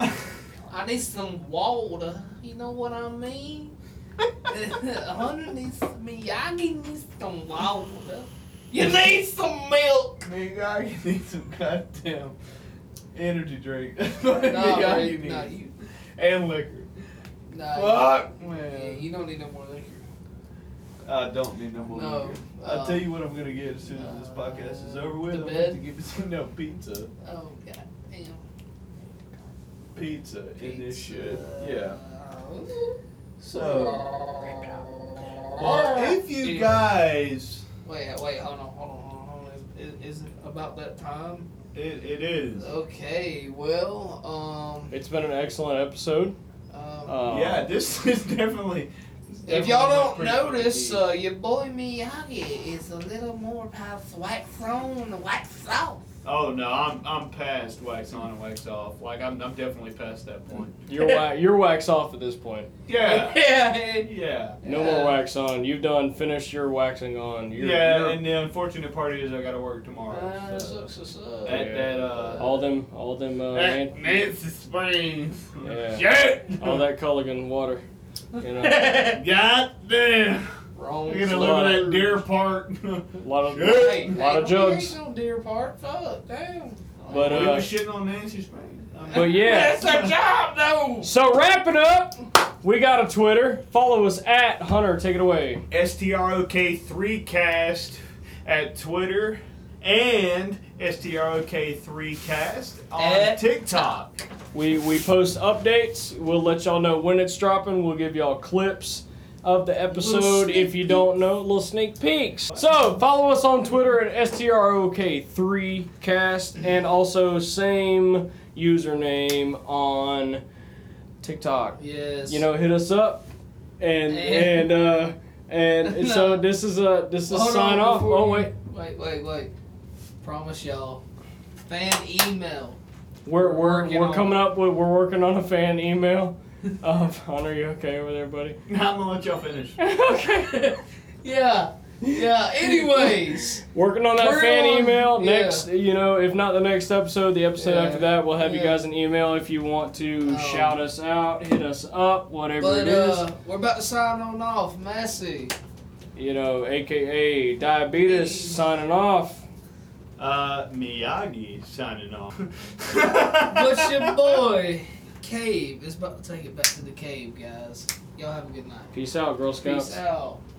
Speaker 3: I need some water. You know what I mean? Hunter needs Miyagi needs some water. You need some milk.
Speaker 2: Big guy, you need some goddamn energy drink.
Speaker 3: No,
Speaker 2: Big guy,
Speaker 3: man,
Speaker 2: you need.
Speaker 3: no, you,
Speaker 2: And liquor.
Speaker 3: no,
Speaker 2: Fuck,
Speaker 3: you, yeah,
Speaker 2: man.
Speaker 3: you don't need no more liquor.
Speaker 2: I don't need no more
Speaker 3: No,
Speaker 2: liquor.
Speaker 3: uh,
Speaker 2: I'll tell you what I'm gonna get as soon as this podcast is over with.
Speaker 3: the
Speaker 2: I'm going to
Speaker 3: bed?
Speaker 2: give you some no pizza,
Speaker 3: Oh god damn.
Speaker 2: pizza, in this shit.
Speaker 3: Uh,
Speaker 2: Yeah. So, well,
Speaker 3: So.
Speaker 2: if you guys,
Speaker 3: Wait, wait, hold on, hold on, hold on, hold on. Is, is, is it about that time?
Speaker 2: it, it is.
Speaker 3: Okay, well, um,
Speaker 1: It's been an excellent episode.
Speaker 3: um
Speaker 1: Uh,
Speaker 2: Yeah, this is definitely. this
Speaker 3: If
Speaker 2: definitely
Speaker 3: y'all don't
Speaker 2: went pretty
Speaker 3: notice,
Speaker 2: fucking
Speaker 3: uh, your boy Miyagi is a little more past wax on the wax off.
Speaker 2: deep. oh no, I'm I'm past wax on and wax off. Like I'm I'm definitely past that point.
Speaker 1: You're, wa- you're wax off at this point.
Speaker 2: Yeah.
Speaker 3: yeah.
Speaker 2: Yeah.
Speaker 1: No
Speaker 3: Yeah.
Speaker 1: more wax on. You've done. Finish your waxing on. You're,
Speaker 2: yeah,
Speaker 1: you're-
Speaker 2: and the unfortunate part is I gotta work tomorrow.
Speaker 3: Uh,
Speaker 2: so.
Speaker 3: sucks, sucks, sucks.
Speaker 2: That that uh.
Speaker 1: all them, all them, uh,
Speaker 2: that
Speaker 1: man,
Speaker 2: Nancy Springs.
Speaker 1: Yeah.
Speaker 2: Shit.
Speaker 1: all that Culligan water. You know,
Speaker 2: God damn.
Speaker 3: Wrong.
Speaker 2: You're gonna live in that deer park.
Speaker 1: a lot of,
Speaker 2: Shit.
Speaker 3: Hey,
Speaker 1: lot of
Speaker 3: ain't no-
Speaker 1: jugs.
Speaker 3: ain't no deer park. Fuck, damn.
Speaker 1: But,
Speaker 2: we
Speaker 1: uh,
Speaker 2: were shitting on Nancy Springs. I mean-
Speaker 1: but yeah.
Speaker 3: That's our job, though.
Speaker 1: So wrapping up, we got a Twitter. Follow us at Hunter. Take it away.
Speaker 2: STROK3Cast at Twitter and STROK3Cast on
Speaker 3: At-
Speaker 2: TikTok.
Speaker 1: We we post updates. We'll let y'all know when it's dropping. We'll give y'all clips of the episode
Speaker 3: sneak
Speaker 1: if you don't know, little sneak peeks. So follow us on Twitter at strok3cast and also same username on TikTok.
Speaker 3: Yes.
Speaker 1: You know, hit us up and and uh and
Speaker 3: No.
Speaker 1: so this is a this is
Speaker 3: Hold
Speaker 1: sign
Speaker 3: on
Speaker 1: off.
Speaker 3: before
Speaker 1: Oh
Speaker 3: you-
Speaker 1: wait,
Speaker 3: Wait, wait, wait. Promise y'all. Fan email.
Speaker 1: we're we're
Speaker 3: Working
Speaker 1: we're
Speaker 3: on it.
Speaker 1: coming up. With, we're working on a fan email. Uh, Hunter, you okay over there, buddy?
Speaker 2: I'm gonna let y'all finish.
Speaker 1: okay.
Speaker 3: Yeah. Yeah. Anyways.
Speaker 1: Working on that
Speaker 3: We're
Speaker 1: fan
Speaker 3: on-
Speaker 1: email.
Speaker 3: yeah.
Speaker 1: Next, you know, if not the next episode, the episode
Speaker 3: Yeah.
Speaker 1: after that, we'll have you
Speaker 3: Yeah.
Speaker 1: guys an email if you want to
Speaker 3: Oh.
Speaker 1: shout us out, hit us up, whatever
Speaker 3: but
Speaker 1: it is.
Speaker 3: uh, we're about to sign on off. Massey.
Speaker 1: you know, aka diabetes,
Speaker 3: Hey.
Speaker 1: signing off.
Speaker 2: Uh, Miyagi signing off.
Speaker 3: But your boy, Cave, is about to take it back to the cave, guys. Y'all have a good night.
Speaker 1: Peace out, Girl Scouts.
Speaker 3: Peace out.